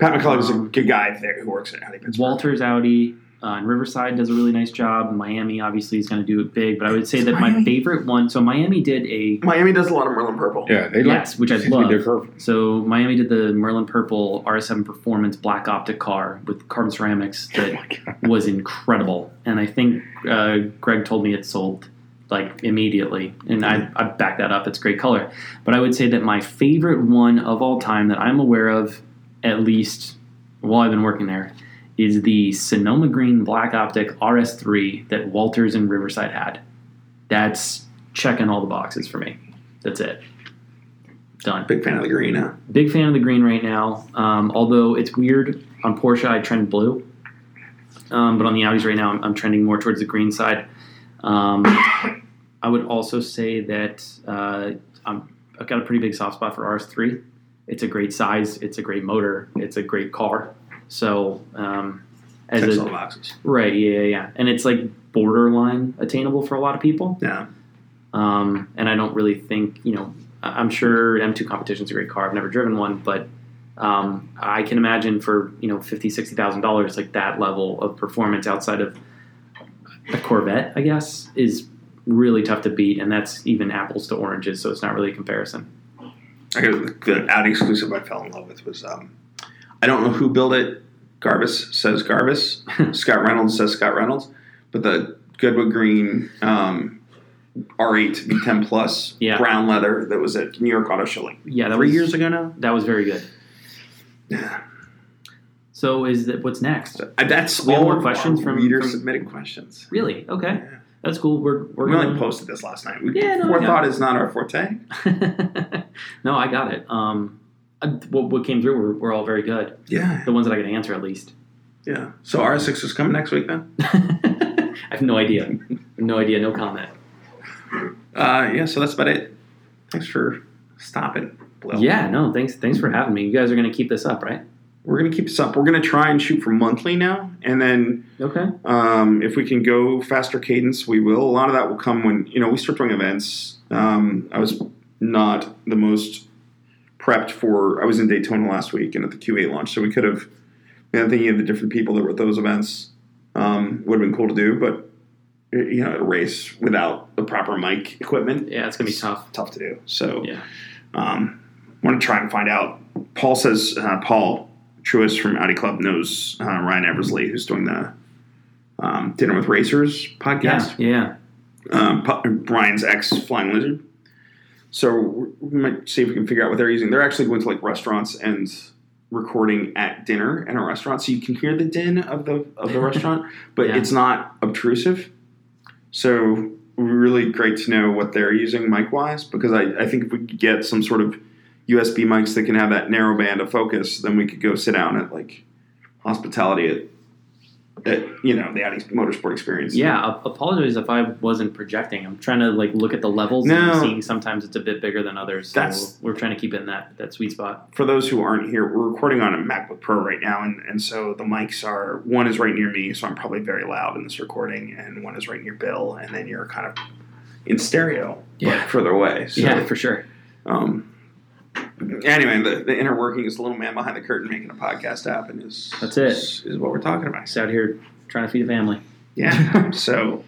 Speaker 1: Pat McCullough is a
Speaker 2: Um,
Speaker 1: good guy there who works at Audi Pittsburgh.
Speaker 2: Walters Audi uh, in Riverside does a really nice job. Miami obviously is going to do it big, but I would say
Speaker 1: Is
Speaker 2: that my
Speaker 1: Miami-
Speaker 2: favorite one. So Miami did a
Speaker 1: Miami does a lot of Merlin purple.
Speaker 3: Yeah, they like
Speaker 2: yes, which I
Speaker 3: seems to be
Speaker 2: love.
Speaker 3: their curve.
Speaker 2: So Miami did the Merlin Purple RS7 Performance Black Optic car with carbon ceramics
Speaker 3: Oh
Speaker 2: that
Speaker 3: my God.
Speaker 2: was incredible, and I think uh, Greg told me it sold like immediately, and I I back that up. It's great color, but I would say that my favorite one of all time that I'm aware of, at least while I've been working there, is the Sonoma Green Black Optic RS3 that Walters and Riverside had. That's checking all the boxes for me. That's it. Done
Speaker 1: Big fan of the green. Huh?
Speaker 2: big fan of the green right now. Um, although it's weird on Porsche, I trend blue, um, but on the Audis right now, I'm, I'm trending more towards the green side. Um, I would also say that uh, I'm, I've got a pretty big soft spot for RS3. It's a great size. It's a great motor. It's a great car. So um, as
Speaker 1: Checks all the
Speaker 2: a
Speaker 1: boxes.
Speaker 2: right, yeah, yeah, yeah, and it's like borderline attainable for a lot of people.
Speaker 1: Yeah.
Speaker 2: Um, and I don't really think, you know, I- I'm sure M2 competition's a great car. I've never driven one, but um, I can imagine for, you know, fifty, sixty thousand dollars, like that level of performance outside of a Corvette, I guess, is really tough to beat. And that's even apples to oranges. So it's not really a comparison.
Speaker 1: I got the Audi exclusive I fell in love with was um, I don't know who built it. Garbus says Garbus. Scott Reynolds says Scott Reynolds. But the Goodwood Green um, R8 V10 Plus
Speaker 2: Yeah.
Speaker 1: brown leather that was at New York Auto Show like
Speaker 2: Yeah, that
Speaker 1: three
Speaker 2: was,
Speaker 1: years ago now.
Speaker 2: That was very good.
Speaker 1: Yeah.
Speaker 2: So is that what's next?
Speaker 1: So, uh, that's
Speaker 2: We have
Speaker 1: all
Speaker 2: more
Speaker 1: of
Speaker 2: questions
Speaker 1: our
Speaker 2: from-
Speaker 1: reader
Speaker 2: from-
Speaker 1: submitted questions.
Speaker 2: Really? Okay.
Speaker 1: Yeah.
Speaker 2: That's cool. We're, we're
Speaker 1: We only
Speaker 2: gonna-
Speaker 1: posted this last night. We,
Speaker 2: Yeah, no,
Speaker 1: forethought is not our forte.
Speaker 2: no, I got it. Um, I- what, what came through were, were all very good.
Speaker 1: Yeah,
Speaker 2: The ones that I can answer, at least.
Speaker 1: yeah. So R6 is coming next week then.
Speaker 2: I have no idea. No idea. No comment.
Speaker 1: Uh, yeah. So that's about it. Thanks for stopping. Will.
Speaker 2: Yeah. No. Thanks. Thanks for having me. You guys are going to keep this up, right?
Speaker 1: We're gonna keep this up. We're gonna try and shoot for monthly now, and then
Speaker 2: Okay.
Speaker 1: um, if we can go faster cadence, we will. A lot of that will come when you know we start doing events. Um, I was not the most prepped for. I was in Daytona last week and at the Q8 launch, so we could have. You know, thinking of the different people that were at those events um, would have been cool to do, but you know, a race without the proper mic equipment
Speaker 2: Yeah, it's going to be tough.
Speaker 1: tough to do. So,
Speaker 2: Yeah.
Speaker 1: um, want to try and find out. Paul says uh, Paul Truist from Audi Club knows uh, Ryan Eversley, who's doing the um, Dinner with Racers podcast.
Speaker 2: Yeah. Yeah.
Speaker 1: Um, Pu- Brian's ex Flying Lizard. So we might see if we can figure out what they're using. They're actually going to like restaurants and recording at dinner in a restaurant, so you can hear the din of the of the restaurant, but
Speaker 2: Yeah.
Speaker 1: it's not obtrusive. So really great to know what they're using mic wise because I, I think if we could get some sort of USB mics that can have that narrow band of focus, then we could go sit down at like hospitality at, at you know the Audi Motorsport Experience.
Speaker 2: Yeah. I apologize if I wasn't projecting. I'm trying to like look at the levels and
Speaker 1: No.
Speaker 2: I'm seeing sometimes it's a bit bigger than others. So
Speaker 1: That's-
Speaker 2: we're trying to keep it in that that sweet spot.
Speaker 1: for those who aren't here, we're recording on a MacBook Pro right now, and, and so the mics are one is right near me, so I'm probably very loud in this recording, and one is right near Bill, and then you're kind of in stereo,
Speaker 2: Yeah.
Speaker 1: but further away. So,
Speaker 2: yeah, for sure.
Speaker 1: um, anyway, the, the inner working is a little man behind the curtain making a podcast happen is
Speaker 2: That's it.
Speaker 1: is, is what we're talking about.
Speaker 2: Just out here trying to feed the family.
Speaker 1: Yeah, so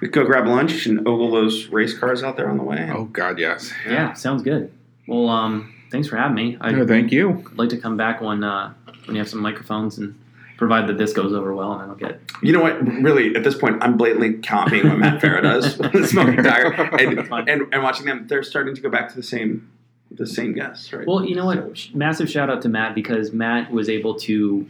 Speaker 1: we could go grab lunch and ogle those race cars out there on the way.
Speaker 3: Oh God, yes.
Speaker 2: Yeah. sounds good. Well, um, thanks for having me. I'd
Speaker 3: No, thank you.
Speaker 2: like to come back when uh, when you have some microphones and provide that this goes over well and I don't get
Speaker 1: You know what? Really, at this point, I'm blatantly copying what Matt Farah does with smoking tire and,
Speaker 2: Fine.
Speaker 1: and and watching them. They're starting to go back to the same the same guests, right?
Speaker 2: Well, you know what? Sh- Massive shout out to Matt because Matt was able to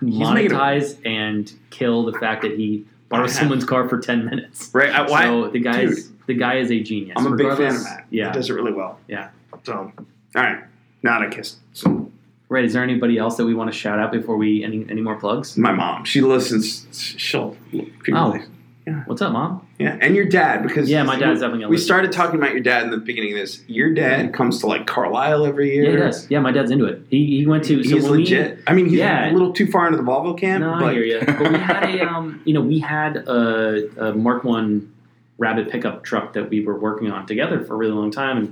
Speaker 1: making a-
Speaker 2: monetize and kill the fact that he borrow
Speaker 1: I have-
Speaker 2: someone's car for ten minutes.
Speaker 1: Right? I, why?
Speaker 2: So the guy is the guy is a genius.
Speaker 1: I'm a big fan of
Speaker 3: regardless-
Speaker 1: that.
Speaker 2: Yeah.
Speaker 1: He does it really well.
Speaker 2: Yeah.
Speaker 1: So, all right. Now that I kissed. So,
Speaker 2: right. Is there anybody else that we want to shout out before we any any more plugs?
Speaker 1: my mom, she listens. She'll.
Speaker 2: Oh. What's up, mom?
Speaker 1: Yeah. And your dad, because.
Speaker 2: Yeah, my dad's definitely. Gonna
Speaker 1: We
Speaker 2: listen to
Speaker 1: started
Speaker 2: this.
Speaker 1: talking about your dad in the beginning of this. Your dad comes to like Carlisle every year.
Speaker 2: Yeah, he does. Yeah, my dad's into it. He, he went to. so
Speaker 1: He's
Speaker 2: when we-
Speaker 1: legit. I mean, he's a
Speaker 2: Yeah.
Speaker 1: little too far into the Volvo camp,
Speaker 2: No, I
Speaker 1: but
Speaker 2: hear you. But we had a, um, you know, we had a, a Mark One Rabbit pickup truck that we were working on together for a really long time, and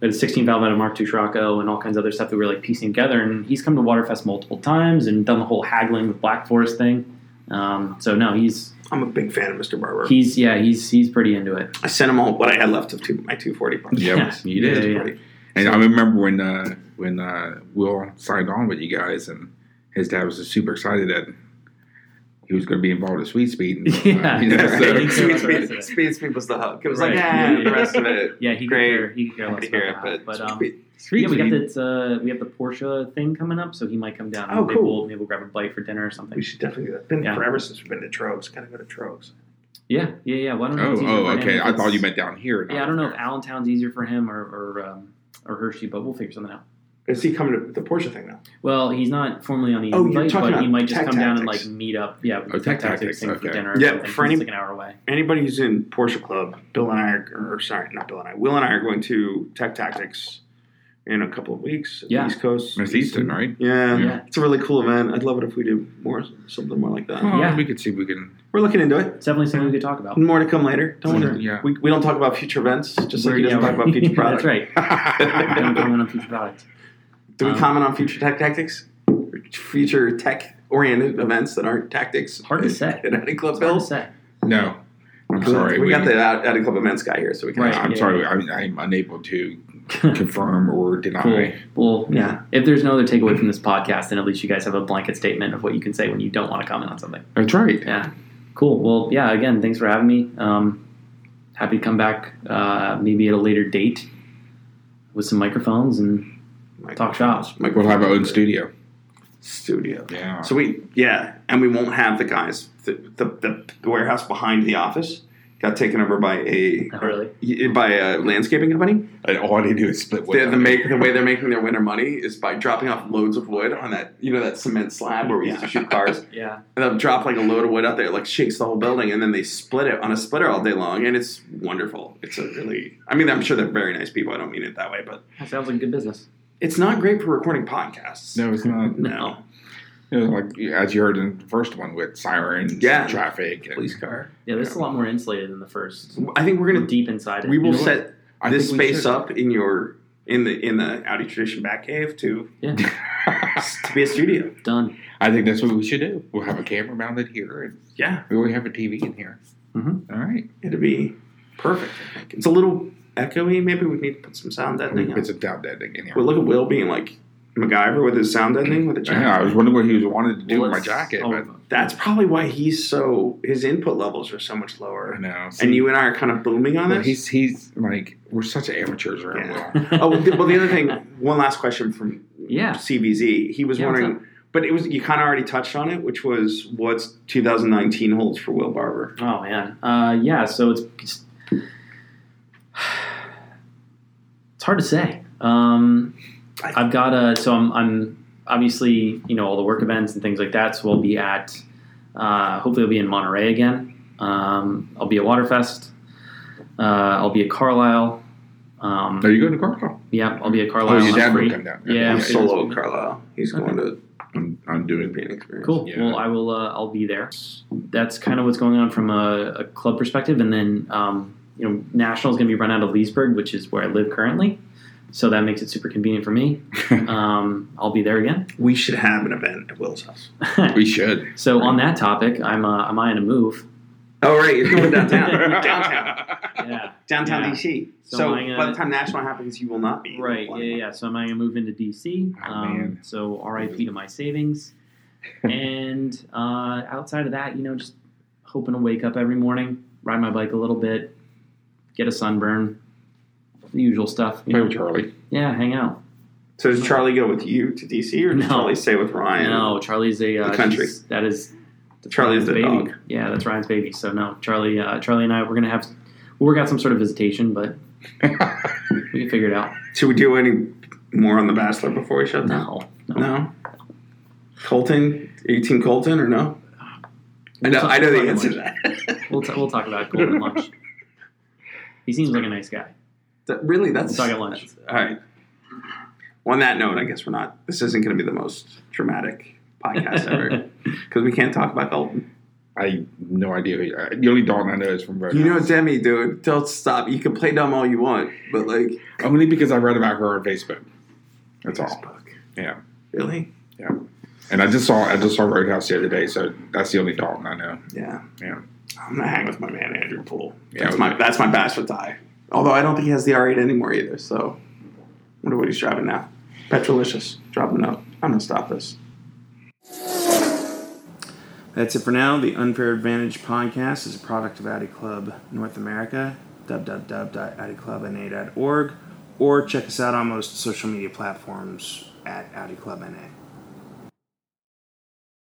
Speaker 2: we had a 16 valve out of Mark II Scirocco and all kinds of other stuff that we were like piecing together. And he's come to Waterfest multiple times and done the whole haggling with Black Forest thing. Um, so no, he's
Speaker 1: I'm a big fan of Mr. Barber.
Speaker 2: he's yeah he's he's pretty into it.
Speaker 1: I sent him all what I had left of two, my 240 parts.
Speaker 3: Yep,
Speaker 2: Yeah.
Speaker 3: you did.
Speaker 2: Yeah, yeah.
Speaker 1: Pretty-
Speaker 3: And I remember when uh, when uh, Will signed on with you guys, and his dad was super excited that he was going to be involved in Sweet Speed. And, uh,
Speaker 2: Yeah.
Speaker 3: you know, so-
Speaker 1: Speed,
Speaker 2: Right. the rest of
Speaker 1: speed,
Speaker 2: it.
Speaker 1: speed, speed was the hook. It was
Speaker 2: Right.
Speaker 1: like, yeah,
Speaker 2: Yeah,
Speaker 1: the
Speaker 2: yeah.
Speaker 1: rest of it.
Speaker 2: Yeah, he could
Speaker 1: Great.
Speaker 2: care, he could care
Speaker 1: I
Speaker 2: less
Speaker 1: could hear it,
Speaker 2: about that.
Speaker 1: but,
Speaker 2: But, um,
Speaker 3: Sweet
Speaker 2: yeah, we got
Speaker 3: Speed.
Speaker 2: that. Uh, we have the Porsche thing coming up, so he might come down.
Speaker 1: Oh,
Speaker 2: and
Speaker 1: cool.
Speaker 2: Maybe we'll, maybe we'll grab a bite for dinner or something.
Speaker 1: we should definitely do that. Been
Speaker 2: Yeah.
Speaker 1: forever since we've been to Trogs. Gotta go to Trogs.
Speaker 2: Yeah, yeah, yeah. Why don't we
Speaker 3: Oh,
Speaker 2: tease
Speaker 3: oh,
Speaker 2: about him
Speaker 3: okay.
Speaker 2: if
Speaker 3: I thought
Speaker 2: it's-
Speaker 3: you meant down here. not
Speaker 2: Yeah, I don't know if
Speaker 3: there.
Speaker 2: Allentown's easier for him or or, um, or Hershey, but we'll figure something out.
Speaker 1: Is he coming to the Porsche thing now?
Speaker 2: Well, he's not formally on the
Speaker 1: Oh, you're
Speaker 2: invite,
Speaker 1: talking
Speaker 2: but he
Speaker 1: about
Speaker 2: might just
Speaker 1: Tech
Speaker 2: come down and like
Speaker 1: Tactics.
Speaker 2: meet up. Yeah, with
Speaker 3: Oh,
Speaker 2: the Tech
Speaker 3: Tech Tactics,
Speaker 2: thing for
Speaker 3: okay.
Speaker 2: dinner. Or
Speaker 1: Yeah,
Speaker 2: something,
Speaker 1: for
Speaker 2: 'cause
Speaker 1: any-
Speaker 2: it's like an hour away.
Speaker 1: Anybody who's in Porsche Club, Bill and I are, or sorry, not Bill and I, Will and I are going to Tech Tactics in a couple of weeks. at the
Speaker 2: Yeah.
Speaker 1: East Coast.
Speaker 3: It's Easton, right?
Speaker 1: Yeah,
Speaker 2: Yeah.
Speaker 1: it's a really cool event. I'd love it if we do more something more like that.
Speaker 3: Oh,
Speaker 2: Yeah.
Speaker 3: we could see if we can.
Speaker 1: We're looking into it.
Speaker 2: It's definitely something we could talk about.
Speaker 1: More to come later. Don't
Speaker 3: Sure,
Speaker 1: worry.
Speaker 3: yeah.
Speaker 1: We, we don't talk about future events, just like
Speaker 2: We're-
Speaker 1: we don't
Speaker 2: yeah,
Speaker 1: talk about future products.
Speaker 2: That's right. We Don't comment on future products.
Speaker 1: Do we
Speaker 2: Um,
Speaker 1: comment on future tech tactics? Future tech oriented events that aren't tactics?
Speaker 2: Hard to say.
Speaker 1: At Audi Club,
Speaker 2: It's hard
Speaker 1: Bill?
Speaker 2: to say.
Speaker 3: No, I'm sorry.
Speaker 1: We, got the Audi Audi Club events guy here, so we can.
Speaker 2: Right.
Speaker 3: I'm
Speaker 2: Yeah,
Speaker 3: sorry.
Speaker 2: yeah.
Speaker 3: I'm, I'm unable to confirm or deny.
Speaker 2: Cool. Well,
Speaker 1: Yeah.
Speaker 2: If there's no other takeaway from this podcast, then at least you guys have a blanket statement of what you can say when you don't want to comment on something.
Speaker 3: That's right.
Speaker 2: Yeah. Cool. Well, yeah, again, thanks for having me. Um, happy to come back uh, maybe at a later date with some microphones and
Speaker 1: Mike-
Speaker 2: talk shops.
Speaker 1: Mike-
Speaker 3: We'll have our own studio.
Speaker 1: studio.
Speaker 3: Yeah.
Speaker 1: So we, yeah, and we won't have the guys. The, the, the warehouse behind the office got taken over by a
Speaker 2: Oh, really?
Speaker 1: y- by a landscaping company.
Speaker 3: and all I need to do is split.
Speaker 1: They're, the
Speaker 3: them.
Speaker 1: make the way they're making their winter money is by dropping off loads of wood on that you know that cement slab where we used to shoot cars.
Speaker 2: Yeah.
Speaker 1: And they'll drop like a load of wood out there, it, like shakes the whole building, and then they split it on a splitter all day long, and it's wonderful. It's a really, I mean, I'm sure they're very nice people. I don't mean it that way, but
Speaker 2: That sounds like good business.
Speaker 1: it's not great for recording podcasts.
Speaker 3: No, it's not.
Speaker 1: no,
Speaker 3: You know, like as you heard in the first one with sirens,
Speaker 1: Yeah.
Speaker 3: and traffic, and
Speaker 1: police car.
Speaker 2: Yeah, this is a lot more insulated than the first.
Speaker 1: I think we're
Speaker 2: We're
Speaker 1: gonna
Speaker 2: deep inside it.
Speaker 1: we will
Speaker 3: You know
Speaker 1: set
Speaker 3: I
Speaker 1: this
Speaker 3: think we
Speaker 1: space
Speaker 3: should.
Speaker 1: up in your in the in the Audi tradition back cave to to be a studio.
Speaker 2: Done.
Speaker 3: I think that's what we should do. We'll have a camera mounted here, and
Speaker 1: Yeah,
Speaker 3: we already have a TV in here.
Speaker 2: Mhm.
Speaker 1: Mm-hmm.
Speaker 3: All right,
Speaker 1: it'd be perfect. I think. It's a little echoey. Maybe we need to put some sound
Speaker 3: we
Speaker 1: deadening.
Speaker 3: can put
Speaker 1: on.
Speaker 3: some doubt deading in here.
Speaker 1: Well, look at Will being like MacGyver with his sound deadening with a jacket.
Speaker 3: yeah, I was wondering what he was wanted to do
Speaker 2: Well,
Speaker 3: with my
Speaker 2: let's-
Speaker 3: jacket,
Speaker 2: oh,
Speaker 3: but
Speaker 1: That's probably why he's so his input levels are so much
Speaker 3: I
Speaker 1: lower.
Speaker 3: know. see,
Speaker 1: And you and I are kind of booming on
Speaker 3: well,
Speaker 1: this.
Speaker 3: he's he's like we're such amateurs around.
Speaker 1: Yeah.
Speaker 3: Will.
Speaker 1: oh, well, the, well, the other thing, one last question from
Speaker 2: Yeah.
Speaker 1: CVZ. He was
Speaker 2: Yeah, what's
Speaker 1: wondering, but it was you kind of already touched on it, which was what's 2019 holds for Will Barber.
Speaker 2: Oh man, uh, yeah. So it's it's, hard to say. Um, I've got a so I'm I'm obviously you know all the work events and things like that. So I'll be at uh, hopefully I'll be in Monterey again. Um, I'll be at Waterfest. Uh, I'll be at Carlisle.
Speaker 3: Are
Speaker 2: Um,
Speaker 3: you going to Carlisle?
Speaker 2: yeah, I'll be at
Speaker 3: Oh,
Speaker 2: Carlisle.
Speaker 3: your
Speaker 2: on
Speaker 3: dad
Speaker 2: free.
Speaker 3: will come down.
Speaker 2: Yeah,
Speaker 1: I'm
Speaker 2: okay.
Speaker 1: solo at Carlisle. He's going to
Speaker 3: I'm, I'm
Speaker 1: the
Speaker 3: doing.
Speaker 1: Pain Experience.
Speaker 2: Cool.
Speaker 3: Yeah.
Speaker 2: Well, I will. Uh, I'll be there. That's kind of what's going on from a, a club perspective, and then um, you know, national's going to be run out of Leesburg, which is where I live currently. So that makes it super convenient for me. Um, I'll be there again.
Speaker 1: We should have an event at Will's house.
Speaker 3: we should.
Speaker 2: so on that topic, I'm uh, I'm eyeing a move.
Speaker 1: Oh right, you're going downtown, downtown,
Speaker 2: Yeah.
Speaker 1: downtown
Speaker 2: Yeah.
Speaker 1: DC.
Speaker 2: So
Speaker 1: So,
Speaker 2: my, uh,
Speaker 1: by the time National happens, you will not be
Speaker 2: Right. Yeah. Yeah. So I'm going to move into DC.
Speaker 3: Oh,
Speaker 2: um,
Speaker 3: man.
Speaker 2: So R.I.P. to my savings. and uh, outside of that, you know, just hoping to wake up every morning, ride my bike a little bit, get a sunburn, the usual stuff. you
Speaker 3: Play
Speaker 2: know.
Speaker 3: with Charlie.
Speaker 2: Yeah, hang out.
Speaker 1: So does Charlie go with you to DC, or does
Speaker 2: No.
Speaker 1: Charlie stay with Ryan?
Speaker 2: No, Charlie's a uh,
Speaker 1: The country.
Speaker 2: she's- That is That's
Speaker 1: Charlie's
Speaker 2: Ryan's
Speaker 1: the
Speaker 2: baby.
Speaker 1: dog.
Speaker 2: Yeah, that's Ryan's baby. So no, Charlie, uh, Charlie and I, we're gonna have we'll work out some sort of visitation, but we can figure it out.
Speaker 1: Should we do any more on The Bachelor before we shut down?
Speaker 2: No,
Speaker 1: No. Colton? Are you Team Colton or no? I know, I know the answer to that.
Speaker 2: We'll, t- we'll talk about it at lunch. He seems like a nice guy.
Speaker 1: That- really, that's.
Speaker 2: We'll talk at lunch.
Speaker 1: All right. On that note, I guess we're not. This isn't going to be the most dramatic podcast ever because we can't talk about Colton.
Speaker 3: I have no idea. Who, uh, the only Dalton I know is from Roadhouse.
Speaker 1: You know Demi, dude. Don't stop. You can play dumb all you want, but like.
Speaker 3: only because I read about her on Facebook. That's all.
Speaker 1: Facebook.
Speaker 3: Yeah.
Speaker 1: Really?
Speaker 3: And I just saw I just saw Roadhouse the other day, so that's the only Dalton I know.
Speaker 1: Yeah.
Speaker 3: Yeah.
Speaker 1: I'm gonna hang with my man Andrew Poole.
Speaker 3: Yeah,
Speaker 1: That's
Speaker 3: we-
Speaker 1: my that's my bachelor tie. Although I don't think he has the R8 anymore either. So, wonder what he's driving now. Petrolicious. Drop a note. I'm gonna stop this. That's it for now. The Unfair Advantage podcast is a product of Addy Club North America, www.addyclubna.org, or check us out on most social media platforms at Addy Club NA.